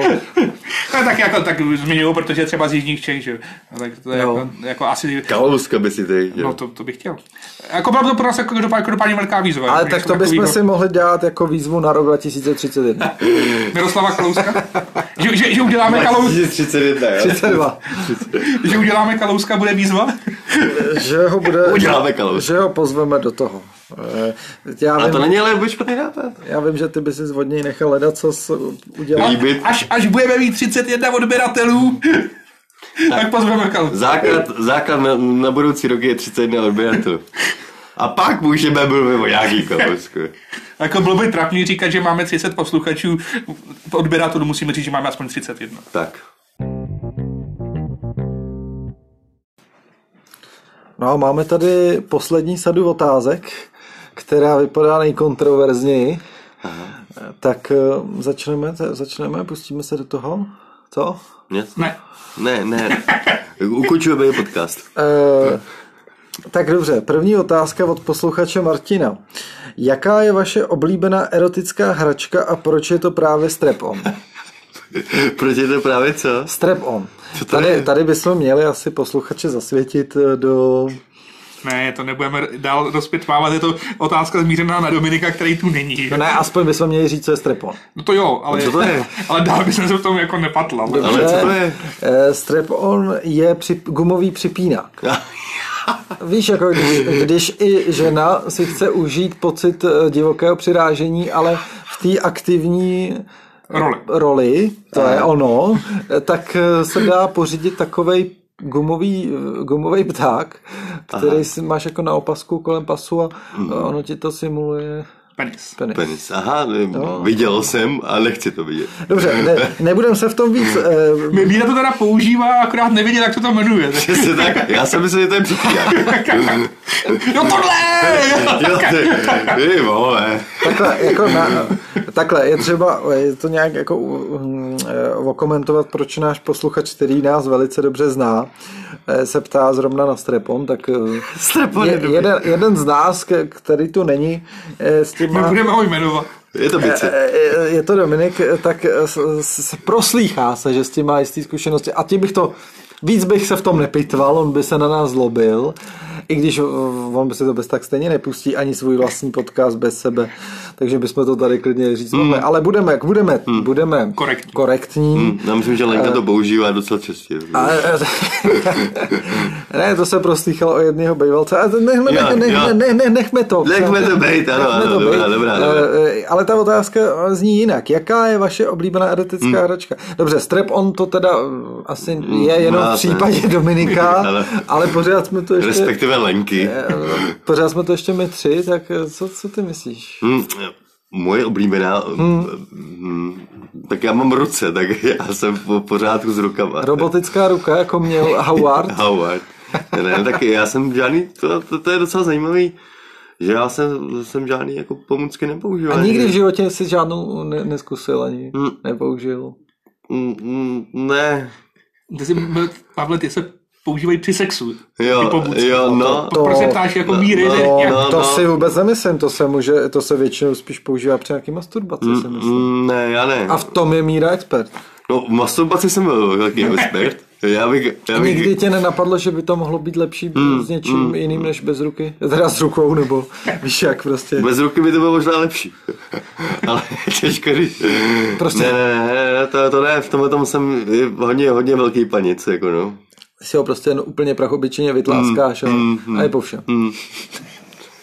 S2: No, tak jako tak zmiňuju, protože je třeba z Jižních Čech, že jo. No, tak to je
S1: Jo.
S2: jako, jako, asi...
S3: Kalouska by si tady.
S2: No to, to bych chtěl. Jako byla to pro nás jako každopádně, každopádně velká výzva.
S1: Ale
S2: jako
S1: tak
S2: něco
S1: to bychom
S2: takovýho.
S1: si mohli dělat jako výzvu na rok
S3: (laughs)
S1: 2031.
S2: Miroslava Kalouska? že, že, že, uděláme Kalous,
S3: 31, jo?
S1: 32.
S2: (laughs) že uděláme Kalouska bude výzva?
S1: Že ho bude...
S3: Uděláme kalus.
S1: Že ho pozveme do toho. Eh, Já
S3: A
S1: vím,
S3: to není ale vůbec špatný nápad.
S1: já vím, že ty by si z něj nechal hledat, co s- udělá.
S3: Líbit.
S2: Až, až budeme mít 31 odběratelů, tak, tak pozveme Kalouska.
S3: Základ, základ na, na budoucí roky je 31 odběratelů. A pak můžeme mluvit o nějaký Kalousku.
S2: Jako bylo by trapný říkat, že máme 30 posluchačů, odběratelů musíme říct, že máme aspoň 31.
S3: Tak.
S1: No a máme tady poslední sadu otázek, která vypadá nejkontroverzněji. Eh, Tak eh, začneme, te- začneme, pustíme se do toho. Co?
S3: Nic?
S2: Ne.
S3: Ne, ne. Ukončujeme podcast.
S1: Eh, tak dobře, první otázka od posluchače Martina. Jaká je vaše oblíbená erotická hračka a proč je to právě strep-on?
S3: Proč je to právě co?
S1: Strap on.
S3: Co to
S1: Tady,
S3: je?
S1: tady bychom měli asi posluchače zasvětit eh, do...
S2: Ne, to nebudeme r- dál rozpitvávat, je to otázka zmířená na Dominika, který tu není.
S1: No ne, aspoň bychom měli říct, co je strap on.
S2: No to jo, ale,
S3: Co to je?
S2: (laughs) ale dál bych se v tom jako nepatlal.
S3: Ale co to je?
S1: Eh, Strap on je při, gumový
S3: (laughs)
S1: připínák. Víš, jako když, když i žena si chce užít pocit eh, divokého přirážení, ale v té aktivní
S2: Roli.
S1: roli, to je ono, eh, tak eh, se dá pořídit takovej gumový, eh, gumový
S3: Hmm.
S1: pták, který si máš jako na opasku kolem pasu a eh, ono ti to simuluje
S2: Penis.
S1: Penis.
S3: Penis. Aha, no. viděl jsem a nechci to vidět.
S1: Dobře, ne, nebudeme se v tom víc... eh,
S2: Mí- Míra to teda používá, akorát nevěděl, jak to tam
S3: (laughs)
S2: jmenuje. (laughs)
S3: Přesně tak, já jsem myslel, že to je případ.
S2: Jo, No tohle!
S3: Jo, ty, ty vole.
S1: Takhle, jako na, takhle, je třeba je to nějak jako u- mm, eh, okomentovat, proč náš posluchač, který nás velice dobře zná, eh, se ptá zrovna na strepon, tak eh,
S3: Strepon je
S1: je,
S3: dobrý.
S1: jeden, jeden z nás, k- který tu není, eh, s tím
S2: My
S1: má,
S2: budeme ho jmenovat.
S3: Je to bice.
S1: Eh, eh, je to Dominik, eh, tak eh, s- s- proslýchá se, že s tím má jistý zkušenosti a tím bych to, víc bych se v tom nepitval, on by se na nás zlobil, i když eh, on by si to bez tak stejně nepustí, ani svůj vlastní podcast bez sebe, takže bychom to tady klidně říct mohli, ale budeme, jak budeme, budeme
S2: Korektní.
S1: korektní.
S3: Já myslím, že Lenka to používá docela častě.
S1: Ale, eh, ne, to se proslýchalo o jedného bejvalce. A nechme,
S3: Jo,
S1: ne,
S3: jo.
S1: ne, ne, ne, nechme to.
S3: Nechme to být, ano,
S1: Nechme
S3: ano,
S1: to
S3: dobrá,
S1: být.
S3: dobrá,
S1: Eh,
S3: dobrá.
S1: eh, Ale ta otázka zní jinak. Jaká je vaše oblíbená erotická
S3: Hmm.
S1: hračka? Dobře, strep on to teda eh, asi je jenom v
S3: máte. (laughs)
S1: případě Dominika,
S3: Ale-
S1: ale pořád jsme to ještě...
S3: Respektive Lenky.
S1: eh, Pořád jsme to ještě my tři, tak eh, co, co ty myslíš?
S3: Hm, Moje oblíbená,
S1: Hmm.
S3: hm, tak já mám ruce, tak já jsem po pořádku s rukama.
S1: Robotická ruka, jako měl Howard.
S3: Howard. Ne, tak já jsem žádný, to, to, to je docela zajímavý, že já jsem, jsem žádný jako pomůcky nepoužíval.
S1: A nikdy v životě si žádnou ne, neskusil ani
S3: Hmm.
S1: nepoužil.
S3: Mm, mm, Ne,
S2: Ty jsi byl, Pavle, ty se používají při sexu. ty
S3: jo,
S2: pomůcky.
S3: jo, no,
S2: To, proč se ptáš jako míry?
S3: no,
S2: ne?
S1: No,
S2: Jak-
S3: no,
S1: to
S3: no.
S1: si vůbec nemyslím, to se, může, to se většinou spíš používá při nějaký masturbaci, si myslím.
S3: mm, ne, já ne.
S1: A v tom je míra expert.
S3: No, v masturbaci jsem
S1: (laughs)
S3: byl velký expert. Já bych, já bych, Hmm,
S1: Nikdy tě nenapadlo, že by to mohlo být lepší s něčím jiným než bez ruky? (laughs) Teda s rukou,
S3: (laughs)
S1: nebo víš jak prostě.
S3: Bez ruky by to bylo možná lepší. (laughs) Ale těžko říct.
S1: Prostě-
S3: Ne, ne, ne, ne, to, to ne, v tomhle tom jsem hodně, hodně velký panic, jako no.
S1: Si ho prostě jen úplně prachobyčeně
S3: Hmm,
S1: vytláskáš a, a je po všem.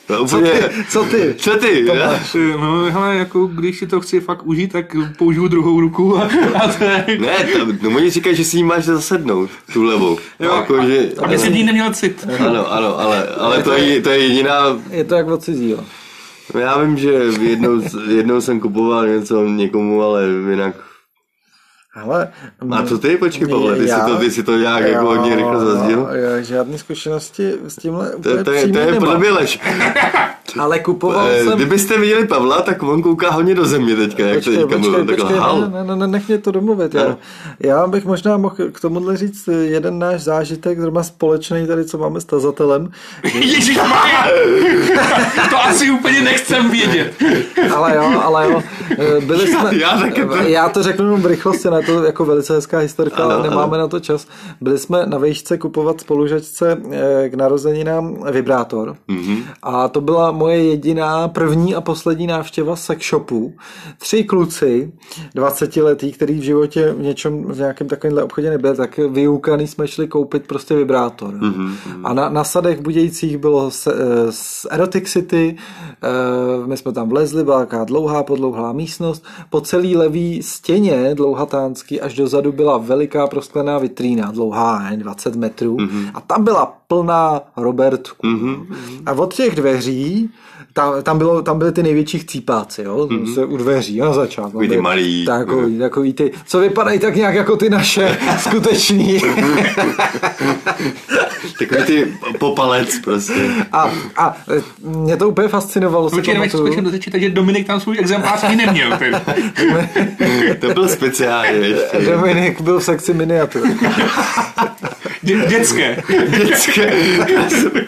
S3: To
S1: Co
S3: No, úplně,
S1: ty? Co
S3: (laughs)
S1: ty?
S3: Co ty?
S1: To
S3: ne?
S1: máš.
S2: No, hele, jako když si to chci fakt užít, tak použiju druhou ruku a, a to je...
S3: Ne, tam, no oni říkají, že si jí máš zasednout, tu levou.
S2: Jo,
S3: jako, že,
S2: Aby si v ní neměl (laughs) cit.
S3: ano, ano, ale, ale to, je, to je jediná...
S1: Je to jak od cizího.
S3: no Já vím, že jednou, jednou jsem kupoval něco někomu, ale jinak...
S1: Hele,
S3: A co ty? Počkej, Pavle, ty, si
S1: já?
S3: to, ty si to nějak jako hodně rychle zazděl.
S1: Já žádné zkušenosti s tímhle
S3: To,
S1: úplně
S3: to, to, je, to
S1: přímý
S3: je podle
S1: nemám. (laughs)
S3: mě lež.
S1: Ale kupoval
S3: Eh,
S1: jsem...
S3: Kdybyste viděli Pavla, tak on kouká hodně do země teďka, jak
S1: Počkej,
S3: to teďka
S1: počkej,
S3: mluvil.
S1: počkej,
S3: Takhle,
S1: ne,
S3: hal.
S1: ne, ne, ne, nech mě to domluvit. Já, já bych možná mohl k tomuhle říct jeden náš zážitek, zrovna společný tady, co máme s tazatelem,
S2: Ježíš (laughs) To asi úplně nechcem (laughs) vědět.
S1: ale jo, ale jo, eh, byli jsme,
S3: Já taky to-
S1: já to řeknu jenom v rychlosti, na to jako velice hezká historka, ale nemáme na to čas. Byli jsme na vejšce kupovat spolužačce eh, k narozeninám vibrátor
S3: Mhm.
S1: a to byla moje jediná první a poslední návštěva sex shopu. Tři kluci, 20 letý, který v životě v něčem, v nějakém takovémhle obchodě nebyl, tak vyukaný jsme šli koupit prostě vibrátor.
S3: Mhm,
S1: Mm-hmm. A na, na sadech budějících bylo se, eh, z Erotic City, eh, my jsme tam vlezli, byla taková dlouhá, podlouhlá místnost, po celý levý stěně dlouhatánský až dozadu byla veliká prosklená vitrína, dlouhá, ne, 20 metrů,
S3: Mhm.
S1: mm-hmm. a tam byla plná Robertku. Mm-hmm. A od těch dveří, tam, tam, bylo, tam byly ty největší chcípáci, jo, mm-hmm. se u dveří, na začátku.
S3: Mhm. Takový ty
S1: Byly
S3: malý.
S1: Takový, takový ty, co vypadají tak nějak jako ty
S3: (laughs)
S1: naše skuteční.
S3: Takový ty popalec prostě.
S1: A, a eh, mě to úplně fascinovalo. si
S2: Určitě nevíš,
S1: pamatuju.
S2: skočím do řeči, takže Dominik tam svůj exemplář ani neměl. Ty.
S1: (laughs)
S3: To byl speciální ještě.
S1: Dominik byl v sekci miniatur.
S2: Dě, dětské.
S3: Dětské.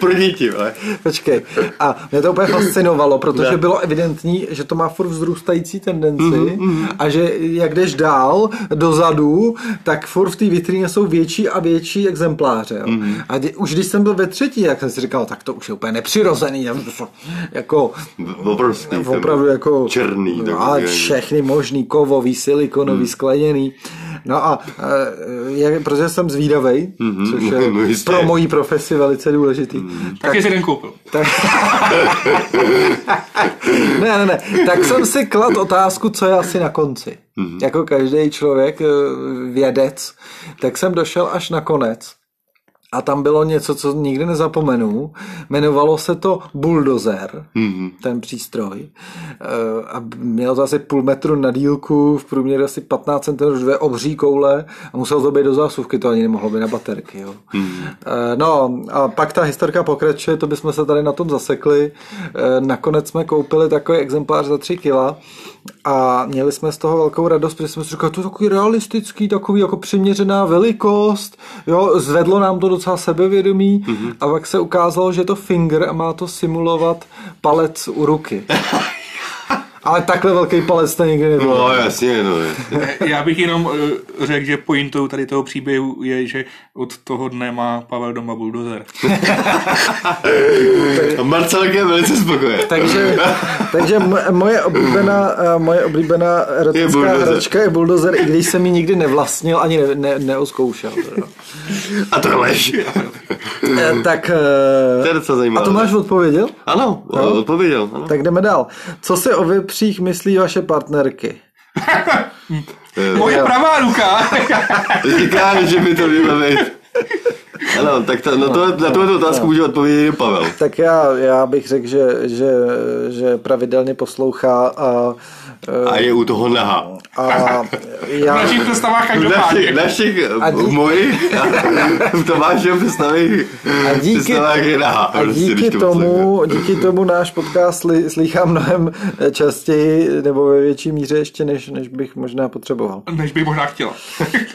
S3: Pro děti, ale.
S1: Počkej. A mě to úplně fascinovalo, protože bylo evidentní, že to má furt vzrůstající tendenci a že jak jdeš dál dozadu, tak furt v té vitríně jsou větší a větší exempláře. Jo. A dě, už když jsem byl ve třetí, jak jsem si říkal, tak to už je úplně nepřirozený. já- Jako,
S3: Obrovský. ten-
S1: opravdu jako
S3: Černý.
S1: no,
S3: takový,
S1: ale
S3: jako.
S1: všechny možný, kovový, silikonový, hmm. skleněný. No a e, je, protože jsem zvídavej, mm-hmm. což je
S3: no jistě. Hmm.
S1: pro moji profesi velice důležitý. Mm.
S2: Tak je jeden koupil.
S1: Tak... (laughs) ne, ne, ne. Tak jsem si klad otázku, co je asi na konci. Mm-hmm. Jako každý člověk, eh, vědec, tak jsem došel až na konec. a tam bylo něco, co nikdy nezapomenu. Jmenovalo se to Bulldozer, mm-hmm. ten přístroj. Eh, A mělo to asi půl metru na dílku, v průměru asi 15 cm, dvě obří koule a muselo to být do zásuvky, to ani nemohlo být na baterky. Jo. Mm-hmm. No a pak ta historka pokračuje, to bychom se tady na tom zasekli. Eh, Nakonec jsme koupili takový exemplář za 3 kila a měli jsme z toho velkou radost, protože jsme si říkali, to je takový realistický, takový jako přiměřená velikost, jo, zvedlo nám to docela sebevědomí
S3: Mhm.
S1: mm-hmm. a pak se ukázalo, že je to finger a má to simulovat palec u
S3: (laughs)
S1: ruky. Ale takhle velký palec to nikdy nebyl.
S3: No jasně, no jasně.
S2: Já bych jenom eh, řekl, že pointou tady toho příběhu je, že od toho dne má Pavel doma buldozer.
S3: A Marcelek je velice spokojen.
S1: Takže, takže m- moje oblíbená, eh, moje oblíbená
S3: Je
S1: erotická
S3: Bulldozer.
S1: hračka je bulldozer, i když jsem ji nikdy nevlastnil ani ne, ne, neoskoušel. jo.
S3: A to je lež. (laughs)
S1: Eh, Tak,
S3: To je docela
S1: eh, a
S3: zajímavé.
S1: to máš odpověděl?
S3: Ano, odpověděl. Ano.
S1: No. Tak jdeme dál. Co si o vepřích myslí vaše partnerky?
S2: Moje pravá ruka!
S3: Eh, Říká, že by to mělo být. Ano, tak ta, na, to, na tuhle otázku může odpovědět jen Pavel.
S1: Tak já, já bych řekl, že, že, že pravidelně poslouchá a, eh,
S3: A je u toho naha.
S1: a
S2: V (laughs)
S1: já...
S2: našich
S3: (laughs)
S2: představách
S3: V
S2: každopádně.
S3: našich, našich
S1: A
S3: v
S1: díky-
S2: (laughs)
S3: mojich, a v Tomášem představích,
S1: A díky-
S3: představách je prostě, naha.
S1: A díky tomu, díky tomu náš podcast sly, slýchá mnohem eh, častěji nebo ve větší míře ještě, než, než bych možná potřeboval.
S2: Než bych možná chtěla.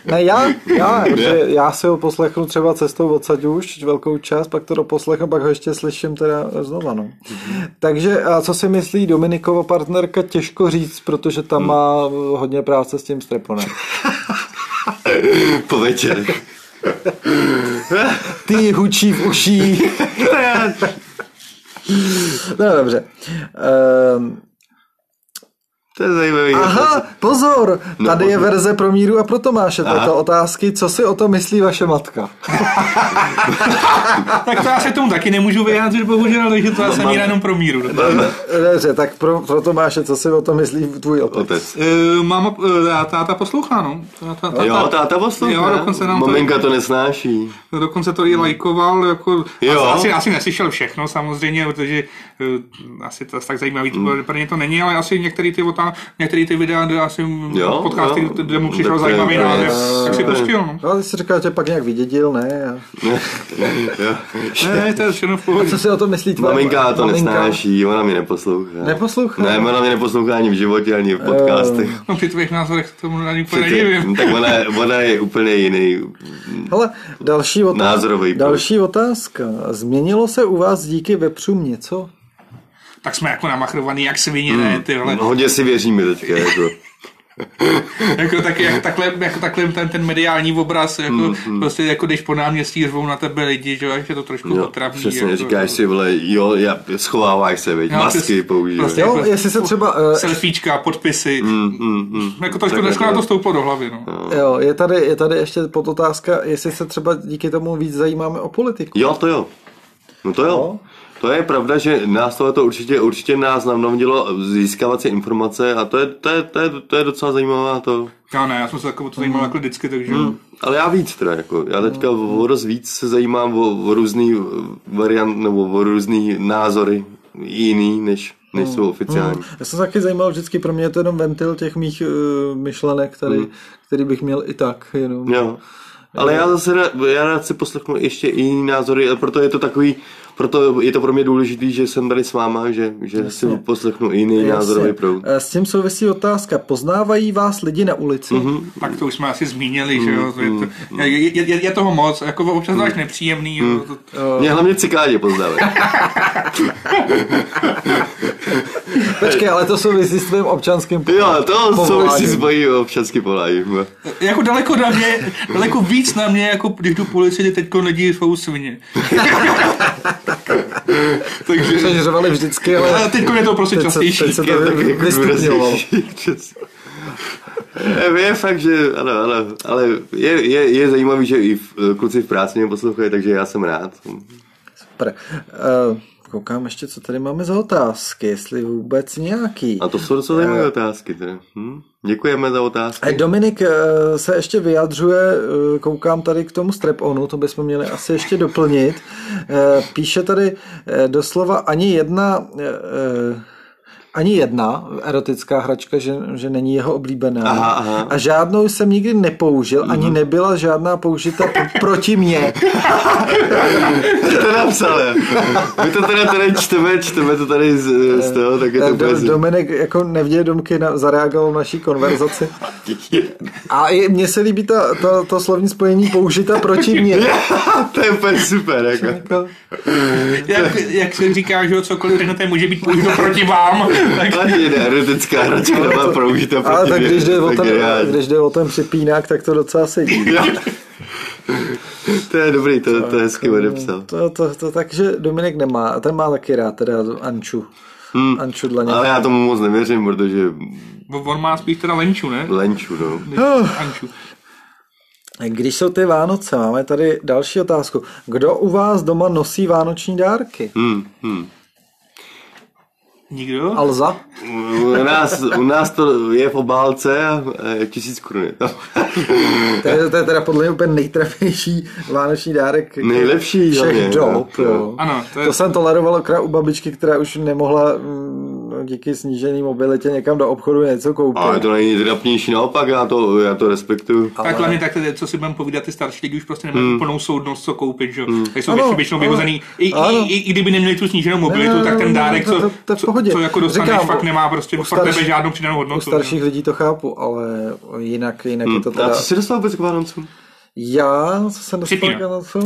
S1: Ne, já, já, protože já si ho poslechnu třeba cestou odsaď už velkou část, pak to doposlechnu, pak ho ještě slyším teda znova, no. Takže a co si myslí Dominikova partnerka, těžko říct, protože tam má hodně práce s tím streponem.
S3: Po večer.
S1: Ty hučí v uších. No dobře. Ehm,
S3: To je zajímavý.
S1: aha, pozor, tady je
S3: pozor.
S1: verze pro Míru a pro Tomáše této otázky. Co si o to myslí vaše matka?
S2: tak to já se tomu taky nemůžu vyjádřit, bohužel, takže to já jsem
S3: mám-
S2: jen jenom pro míru. No.
S1: (laughs) Dobře, tak pro, pro Tomáše, co si o to myslí tvůj otec?
S3: Otec.
S2: Eh, Máma, eh, táta poslouchá, no. Táta, táta,
S3: Jo, táta poslouchá.
S2: Jo, dokonce nám
S3: Maminka to nesnáší.
S2: to, dokonce to i lajkoval, jako,
S3: Jo.
S2: asi, asi neslyšel všechno samozřejmě, protože eh, asi to tak zajímavý mm. pro ně to není, ale asi některé ty, otá, některý ty videa, asi
S3: Jo,
S2: podcasty,
S3: jo.
S2: kde mu přišel
S3: Tak to je-
S2: zajímavý
S3: to je-
S2: název, tak si
S3: to je-
S2: pustil, no.
S1: No, ty jsi říkal, že pak nějak vydědil, ne?
S3: Jo.
S2: Ne, to je všechno v pohodě.
S1: Co si o to myslí tvoje
S3: Maminka to nesnáší, ona mě neposlouchá.
S1: Neposlouchá? Eh.
S3: Ne, ona mě neposlouchá ani v životě, ani v podcastech.
S2: No, při tvých názorech se tomu ani úplně nedivím.
S3: Přece- Tak ona, je- ona je úplně jiný.
S1: Ale další otázka.
S3: Názorový proud.
S1: Další otázka. Změnilo se u vás díky vepřům něco?
S2: Tak jsme jako namachrovaný, jak svině,
S3: Hmm.
S2: ne, ty vole.
S3: Hodně si věříme teďka. Jako.
S2: jako, tak, jak, takhle, jako takhle ten, ten mediální obraz, jako,
S3: Hmm,
S2: mm, prostě jako když po náměstí řvou na tebe lidi, že jo, jak je to trošku
S3: Jo,
S2: otravný.
S3: přesně,
S2: jako,
S3: říkáš si, vole, jo, já, schováváš se, veď,
S2: Jo,
S3: masky
S2: přes-
S3: používáš.
S2: prostě-
S1: Jo,
S2: Jako-
S1: jestli se třeba... eh,
S2: Selfiečka, podpisy, mm, jako trošku
S3: Hmm. Tak
S2: dneska nám
S3: takhle.
S2: to stouplo do hlavy, no.
S1: jo, je tady, je tady ještě podotázka, jestli se třeba díky tomu víc zajímáme o politiku.
S3: Jo, to jo. No to jo. To je pravda, že nás tohle to určitě, určitě nás navnadilo získávat si informace a to je, to je, to je, to je docela zajímavá to.
S2: Já ne, já jsem se jako o to zajímal jako vždycky, takže
S3: Ale já víc teda, jako, já teďka o dost víc se zajímám o, o různý variant nebo o různý názory jiný, než, než jsou oficiální.
S1: Já jsem se taky zajímal vždycky, pro mě je to jenom ventil těch mých uh, myšlenek, tady,
S3: Hmm.
S1: který bych měl i tak, jenom.
S3: Jo.
S1: Eh,
S3: Ale já zase rád, já rád si poslechnu ještě i jiný názory, ale proto je to takový, proto je to pro mě důležitý, že jsem tady s váma, že, že si poslechnu i jiný Jasně. názorový proud.
S1: Eh, S tím souvisí otázka, poznávají vás lidi na ulici?
S3: Mhm.
S2: tak to už jsme asi zmínili, že
S3: Hmm,
S2: jo, to je, to, je, je, je, je toho moc, jako občas to až nepříjemný,
S3: Hmm.
S2: jo, to,
S1: Eh,
S3: Mě hlavně
S1: (laughs)
S3: cikádě poznávají.
S1: Počkej, ale to souvisí s tvým občanským
S3: Jo, to souvisí
S1: povoláním.
S3: s mojí občanský
S1: Eh,
S3: polájím.
S2: jako daleko na mě, daleko víc na mě, jako když jdu policii, kdy teďko lidi jsou svině.
S3: Takže
S1: Což řvali vždycky, ale
S2: Ale teďko je to prostě
S1: Teď se-
S2: častější.
S1: teď se
S3: je
S1: to
S3: tak
S1: vy-
S3: jako
S1: vystupňovalo.
S3: důraznější, přesně. Eh, Je, je fakt, že ano, ano, ale je, je, je eh, zajímavý, že i v, kluci v práci mě poslouchají, takže já jsem rád.
S1: Super. Eh, koukám ještě, co tady máme za otázky, jestli vůbec nějaký.
S3: A to jsou docela zajímavé otázky teda. Hm? Děkujeme za
S1: Eh,
S3: otázky.
S1: Dominik eh, se ještě vyjadřuje, eh, koukám tady k tomu strep-onu, to bychom měli asi ještě doplnit. Eh, Píše tady eh, doslova ani jedna eh, eh, ani jedna erotická hračka, že, že není jeho oblíbená.
S3: Aha, aha. Mhm.
S1: A žádnou jsem nikdy nepoužil, ani nebyla žádná použita p- proti mně.
S3: Vy to napsali. My to teda tady čteme, čteme to tady z, z toho, (laughs) tak je to
S1: Eh, Do,
S3: úplně...
S1: Dominik jako nevdědomky na, zareagoval na naší konverzaci. A i mně se líbí ta, ta, to slovní spojení použita proti
S3: (laughs)
S1: mně.
S3: (laughs) to je úplně super, jako.
S1: Jako,
S2: Jak, jak se říká, že jo, cokoliv řeknete, může být použito proti vám. Tak
S3: Ale je erotická hračka, byla proužita proti
S1: Ale tak
S3: mě.
S1: když jde, o
S3: Tak
S1: ten,
S3: geniální.
S1: když jde o ten připínák, tak to docela sedí.
S3: Jo. To je dobrý, to, to hezky odepsal.
S1: To, to, to, takže Dominik nemá, a ten má taky rád, teda Anču. Hmm. Anču dlaně.
S3: Ale já tomu moc nevěřím, protože
S2: Bo on má spíš teda lenču, ne?
S3: lenču, no.
S2: Než Anču.
S1: Když jsou ty Vánoce, máme tady další otázku. Kdo u vás doma nosí vánoční dárky? Hmm.
S2: Nikdo?
S1: Alza?
S3: U nás, u nás to je v obálce a e, tisíc korun.
S1: To je, to je teda podle mě úplně nejtrefnější vánoční dárek
S3: Nejlepší, hlavně,
S1: všech dob.
S3: no.
S1: jo.
S2: Ano, to
S1: to,
S2: je-
S1: jsem toleroval akorát u babičky, která už nemohla mm, díky snížený mobilitě někam do obchodu něco koupit.
S3: (laughs) Ale to není drapnější, naopak já to, já to respektuju.
S2: Tak hlavně tak, to je, co si budeme povídat, ty starší lidi už prostě nemají hmm. plnou soudnost, co koupit, že? jo. Tak jsou
S1: Ano,
S2: ano, většinou
S1: ano.
S2: vyhozený. I, i,
S1: Ano.
S2: i, I, kdyby neměli tu sníženou
S1: Ne, ne,
S2: mobilitu,
S1: ne,
S2: tak
S1: ne,
S2: ten dárek,
S1: to-
S2: co,
S1: to- to je v
S2: co,
S1: pohodě.
S2: co jako dostaneš,
S1: Říkám,
S2: fakt nemá prostě,
S1: u
S2: fakt nebe
S1: starší-
S2: žádnou přidanou
S1: U
S2: hodnotu.
S1: starších lidí to chápu, ale jinak, jinak je to
S3: A
S1: teda...
S3: co Hmm. si dostal vůbec k Vánocům? (laughs)
S1: Já, co jsem dostal
S2: Připína.
S1: k Vánocům?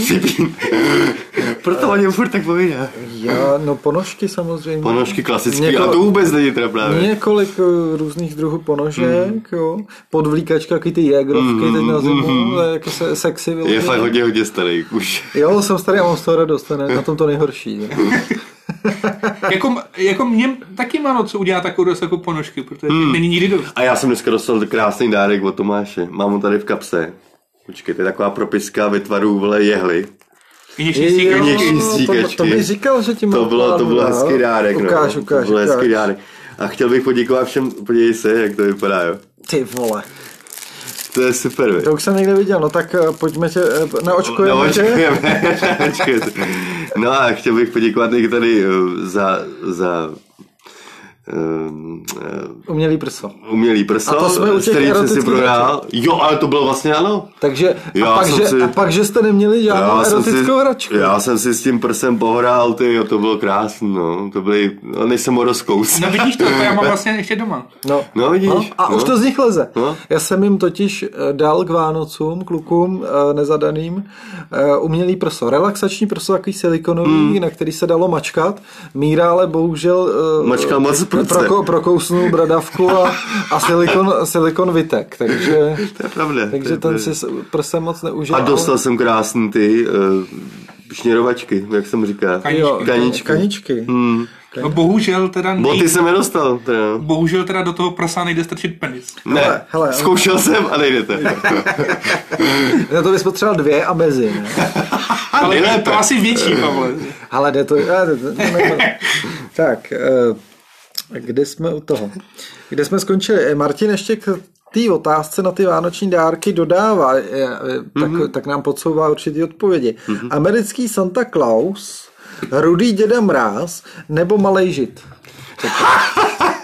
S3: Proto o něm furt tak povídá.
S1: Já, no ponožky samozřejmě.
S3: Ponožky klasické,
S1: Něko-
S3: a to vůbec není trapné.
S1: Několik eh, různých druhů
S3: Hmm.
S1: ponožek, jo. Podvlíkačka, taky ty jégrovky teď na zimu, to je jako se, sexy
S3: Hmm. Je
S1: vyloženě.
S3: fakt hodně, hodně starý už.
S1: Jo, jsem starý a mám z toho radost, to je na tom to nejhorší.
S2: (laughs)
S1: Ne?
S2: jako, jako mě taky málo co udělá takovou dost jako ponožky, protože hmm. není nikdy dost.
S3: A já jsem dneska dostal krásný dárek od Tomáše. Mám ho tady v kapse. Počkej, to je taková propiska ve tvaru vole jehly.
S2: Vnější
S1: Jo,
S2: stíkačky.
S3: vnější
S1: to,
S3: stíkačky.
S1: to mi říkal, že ti
S3: To
S1: mám
S3: bylo, to
S1: plán,
S3: bylo
S1: no.
S3: hezký dárek.
S1: Ukáž,
S3: no.
S1: ukáž,
S3: To byl
S1: ukáž.
S3: hezký dárek. A chtěl bych poděkovat všem, podívej se, jak to vypadá, jo.
S1: Ty vole.
S3: To je super, vy.
S1: To už jsem někde viděl, no tak eh, pojďme tě, eh, naočkujeme tě.
S3: No, (laughs) očkujeme, očkujete. No a chtěl bych poděkovat i tady eh, za, za ehm, eh,
S1: Umělý prso.
S3: umělý prso,
S1: A to jsme u těch
S3: který jsem si
S1: erotických
S3: prodal. Jo, ale to bylo vlastně ano.
S1: Takže a
S3: Já
S1: pak,
S3: jsem
S1: že,
S3: si-
S1: a pak, že jste neměli žádnou
S3: jsem si,
S1: erotickou hračku.
S3: já jsem si s tím prsem pohrál, ty, jo, to bylo krásné, no. To byly, no, než jsem ho rozkous.
S2: No vidíš to, to já mám vlastně ještě doma.
S1: No,
S3: No, vidíš,
S1: a
S3: no.
S1: už to z nich leze.
S3: No.
S1: Já jsem jim totiž eh, dal k Vánocům, klukům eh, nezadaným, eh, umělý prso. Relaxační prso, takový silikonový,
S3: Hmm.
S1: na který se dalo mačkat. Míra ale bohužel eh,
S3: Mačkal moc prudce.
S1: proko, prokousnul bradavku a, a silikon, silikon vytek. Takže,
S3: (laughs) (laughs) To je pravda. to
S1: takže
S3: je
S1: ten
S3: pravda.
S1: si s prsem moc neužil.
S3: A
S1: ale-
S3: dostal jsem krásný ty uh, šněrovačky, jak jsem říká.
S2: Kaničky.
S1: jo,
S3: kaničky.
S1: kaničky. (clears throat)
S2: No bohužel teda, nej,
S3: Boty jsem nedostal. Teda.
S2: bohužel teda do toho prasa nejde strčit penis.
S3: Ne,
S1: Hele,
S3: hele,
S1: hele.
S3: zkoušel jsem a nejdete.
S1: Na No, to bys potřeboval dvě a mezi. Ne?
S2: Ale je
S3: nejlépe.
S2: to asi větší, Pavle.
S1: Ale jde to... A, jde to ne, ne, ne. tak, eh, kde jsme u toho? Kde jsme skončili? Eh, Martin ještě k té otázce na ty vánoční dárky dodává, eh, eh, tak, mm-hmm. tak nám podsouvá určitý odpovědi. Mm-hmm. Americký Santa Claus, Rudý děda Mráz nebo Malej Žid?
S3: (laughs)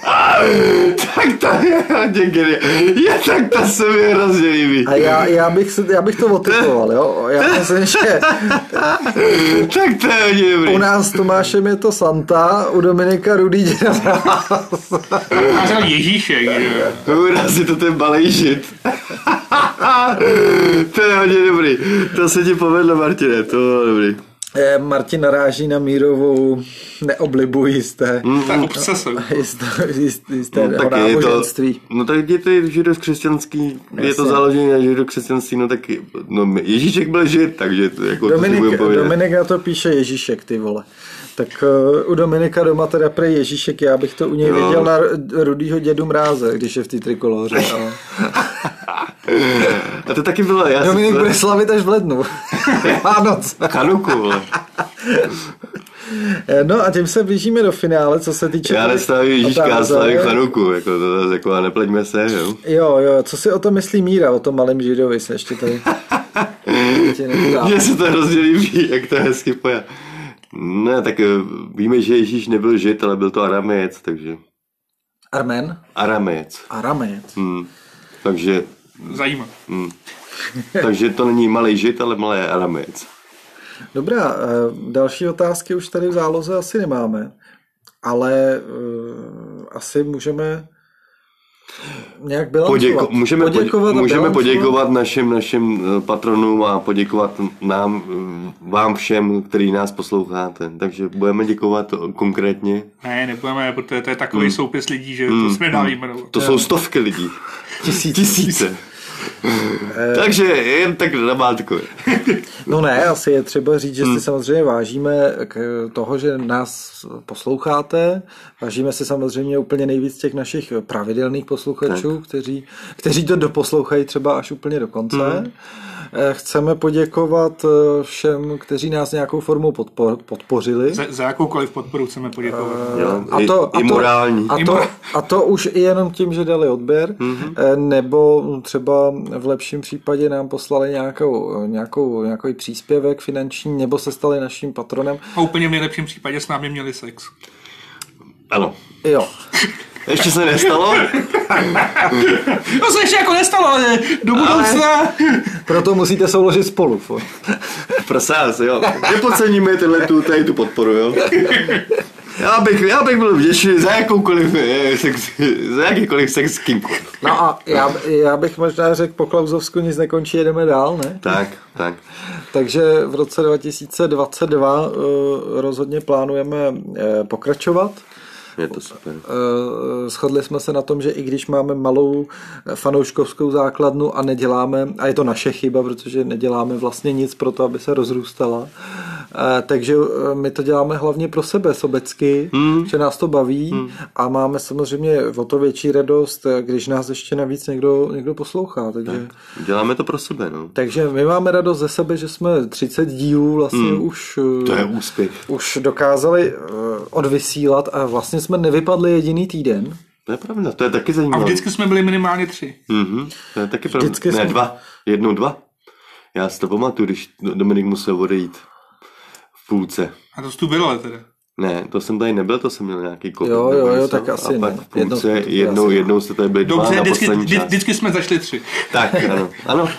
S3: tak to je hodně geniální. Je, tak to se mi hrozně líbí.
S1: A já, já, bych, se, já bych to otypoval, jo? Já myslím, že
S3: Tak to je hodně dobrý.
S1: u nás s Tomášem je to Santa, u Dominika Rudý děda Mráz.
S2: A jsem Ježíšek, že jo.
S3: U nás je to ten balej žid. (laughs) to je hodně dobrý. To se ti povedlo, Martine, to bylo dobrý.
S1: Eh, Martin naráží na mírovou neoblibu jisté.
S2: Tak obsesou.
S1: jisté, jisté, jisté
S3: No,
S1: no,
S3: tak je to,
S1: náboženství.
S3: no tak je to židokřesťanský, je to
S1: Jasně.
S3: založené na židokřesťanství, no tak je- no, Ježíšek byl žid, takže to, jako to si
S1: Dominik,
S3: budeme povědět.
S1: Dominik na to píše Ježíšek, ty vole. Tak uh, u Dominika doma teda prej Ježíšek, já bych to u něj
S3: Jo.
S1: viděl na ru- rudýho dědu mráze, když je v té trikoloře.
S3: (laughs)
S1: Ale...
S3: A to taky bylo, já
S1: Dominik
S3: jsem (laughs)
S1: bude slavit až v lednu. Vánoc.
S3: Chanuku, vole.
S1: No a tím se blížíme do finále, co se týče...
S3: Já
S1: tady
S3: nestavím Ježíška,
S1: otázek.
S3: stavím Chanuku, jako, to, to, jako, a nepleťme se, jo.
S1: Jo, jo, co si o tom myslí Míra, o tom malém židovi se ještě
S3: (laughs)
S1: tady... ještě neptám.
S3: Mně se to hrozně líbí, jak to je hezky pojat. Ne, tak eh, víme, že Ježíš nebyl žid, ale byl to aramejec, takže...
S1: Armen?
S3: Aramejec.
S1: Aramec.
S3: Hm. Takže,
S2: Zajímavé.
S3: takže to není malý žid, ale malý aramejec.
S1: Dobrá, eh, další otázky už tady v záloze asi nemáme, ale eh, asi můžeme nějak bilancovat.
S3: Poděko, můžeme poděkovat,
S1: a
S3: můžeme
S1: bilancovat.
S3: poděkovat našim, našim eh, patronům a poděkovat nám, eh, vám všem, který nás posloucháte. Takže budeme děkovat eh, konkrétně.
S2: Ne, nebudeme, protože to je takový soupis lidí, že to se nedá vyjmenovat.
S3: To jsou stovky lidí.
S1: Tisíc.
S3: Tisíce. Takže jen tak na mátku.
S1: No ne, asi je třeba říct, že si samozřejmě vážíme k toho, že nás posloucháte. Vážíme si samozřejmě úplně nejvíc těch našich pravidelných posluchačů, kteří, kteří to doposlouchají třeba až úplně do konce. Eh, Chceme poděkovat eh, všem, kteří nás nějakou formou podpor, podpořili.
S2: Za, za jakoukoliv podporu chceme poděkovat.
S3: Jo,
S1: A
S3: i,
S1: to, a
S3: i Mhm.
S1: to,
S3: morální.
S1: A to, a to už i jenom tím, že dali odběr, mm-hmm. nebo třeba v lepším případě nám poslali nějakou, nějakou, nějaký příspěvek finanční, nebo se stali naším patronem.
S2: A úplně v nejlepším případě s námi měli sex.
S3: Ano.
S1: Jo,
S3: Ještě se nestalo?
S2: To se ještě jako nestalo, ale do budoucna.
S1: proto musíte souložit spolu. furt.
S3: Prosím vás, jo. Nepodceníme tyhle tu, tady tu podporu, jo. Já bych, já bych byl vděčný za jakoukoliv eh, sex, za jakýkoliv sex s kýmkoliv.
S1: No a já, já bych možná řekl, po Klauzovsku nic nekončí, jedeme dál, ne?
S3: Tak, tak.
S1: Takže v roce 2022 eh, rozhodně plánujeme eh, pokračovat.
S3: Je to super.
S1: Eh, shodli jsme se na tom, že i když máme malou eh, fanouškovskou základnu a neděláme, a je to naše chyba, protože neděláme vlastně nic pro to, aby se rozrůstala, eh, takže eh, my to děláme hlavně pro sebe sobecky, hmm. že nás to baví hmm. a máme samozřejmě o to větší radost, eh, když nás ještě navíc někdo, někdo poslouchá, takže... Tak.
S3: Děláme to pro sebe, no.
S1: Takže my máme radost ze sebe, že jsme 30 dílů vlastně mm. už eh,
S3: To je úspěch.
S1: už dokázali eh, odvysílat a vlastně jsme nevypadli jediný týden.
S3: To je pravda, to je taky
S2: A
S3: zajímavé.
S2: vždycky jsme byli minimálně tři.
S3: Mhm, to je taky pravda.
S1: Vždycky
S3: ne,
S1: jsem-
S3: dva. Jednou dva. Já si to pamatuju, když Dominik musel odejít v půlce.
S2: A to tu bylo ale teda.
S3: Ne, to jsem tady nebyl, to jsem měl nějaký kopit.
S1: Jo, jo,
S3: nebo
S1: jo,
S3: něco.
S1: tak asi
S3: A pak
S1: ne.
S3: v půlce
S1: Jednou-
S3: jednou, jednou, jednou se tady byli dva
S2: Dobře,
S3: na
S2: vždycky,
S3: poslední
S2: vždy,
S3: část.
S2: vždycky jsme začali tři.
S3: Tak, ano, ano.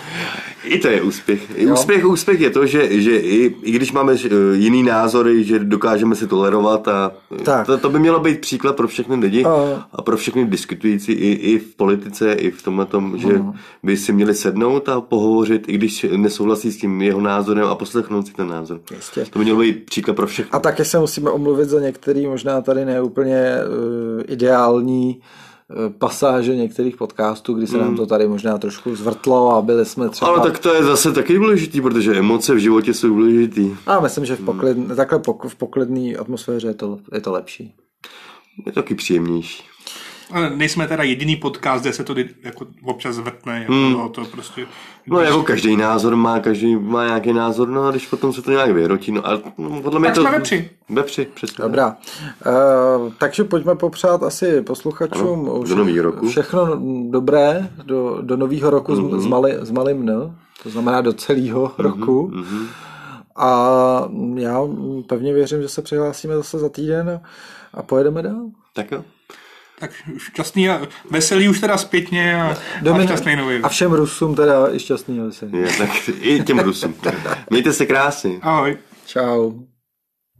S3: I to je úspěch. I úspěch, úspěch je to, že, že i, i když máme eh, jiný názory, že dokážeme si tolerovat a eh,
S1: Tak.
S3: to, to by mělo být příklad pro všechny lidi
S1: A-
S3: a, pro všechny diskutující i, i v politice, i v tomhle tom, že
S1: Mhm.
S3: by si měli sednout a pohovořit, i když nesouhlasí s tím jeho názorem a poslechnout si ten názor.
S1: Jistě.
S3: To by mělo být příklad pro všechny.
S1: Prostě. A taky se musíme omluvit za některý možná tady neúplně uh, ideální eh, pasáže některých podcastů, kdy se nám to tady možná trošku zvrtlo a byli jsme třeba...
S3: Hmm. Ale tak to je zase taky důležitý, protože emoce v životě jsou důležitý.
S1: A myslím,
S3: Hmm.
S1: že v poklid, takhle pok, v poklidné atmosféře je to, je to lepší.
S3: Je taky příjemnější.
S2: Ale nejsme teda jediný podcast, kde se to kdy- jako občas vrtne. Jako hmm. to prostě...
S3: No jako každý názor má, každý má nějaký názor, no a když potom se to nějak vyrotí, no a no, podle mě
S2: Tak
S3: to...
S2: jsme vepři.
S3: Vepři, přesně.
S1: Dobrá. Uh, takže pojďme popřát asi posluchačům
S3: Ano,
S1: už
S3: do novýho roku. Mhm.
S1: všechno dobré do, do nového roku mm-hmm. s, mali, s malým N, to znamená do celého mm-hmm. roku.
S3: mhm.
S1: Mm-hmm. A já pevně věřím, že se přihlásíme zase za týden a pojedeme dál.
S3: Tak jo.
S2: Tak šťastný a veselý už teda zpětně a, a šťastný nový.
S1: a
S2: rok.
S1: všem Rusům teda
S3: (laughs)
S1: i šťastný veselý.
S3: Je, tak i těm Rusům. Mějte se krásně.
S2: Ahoj.
S1: Čau.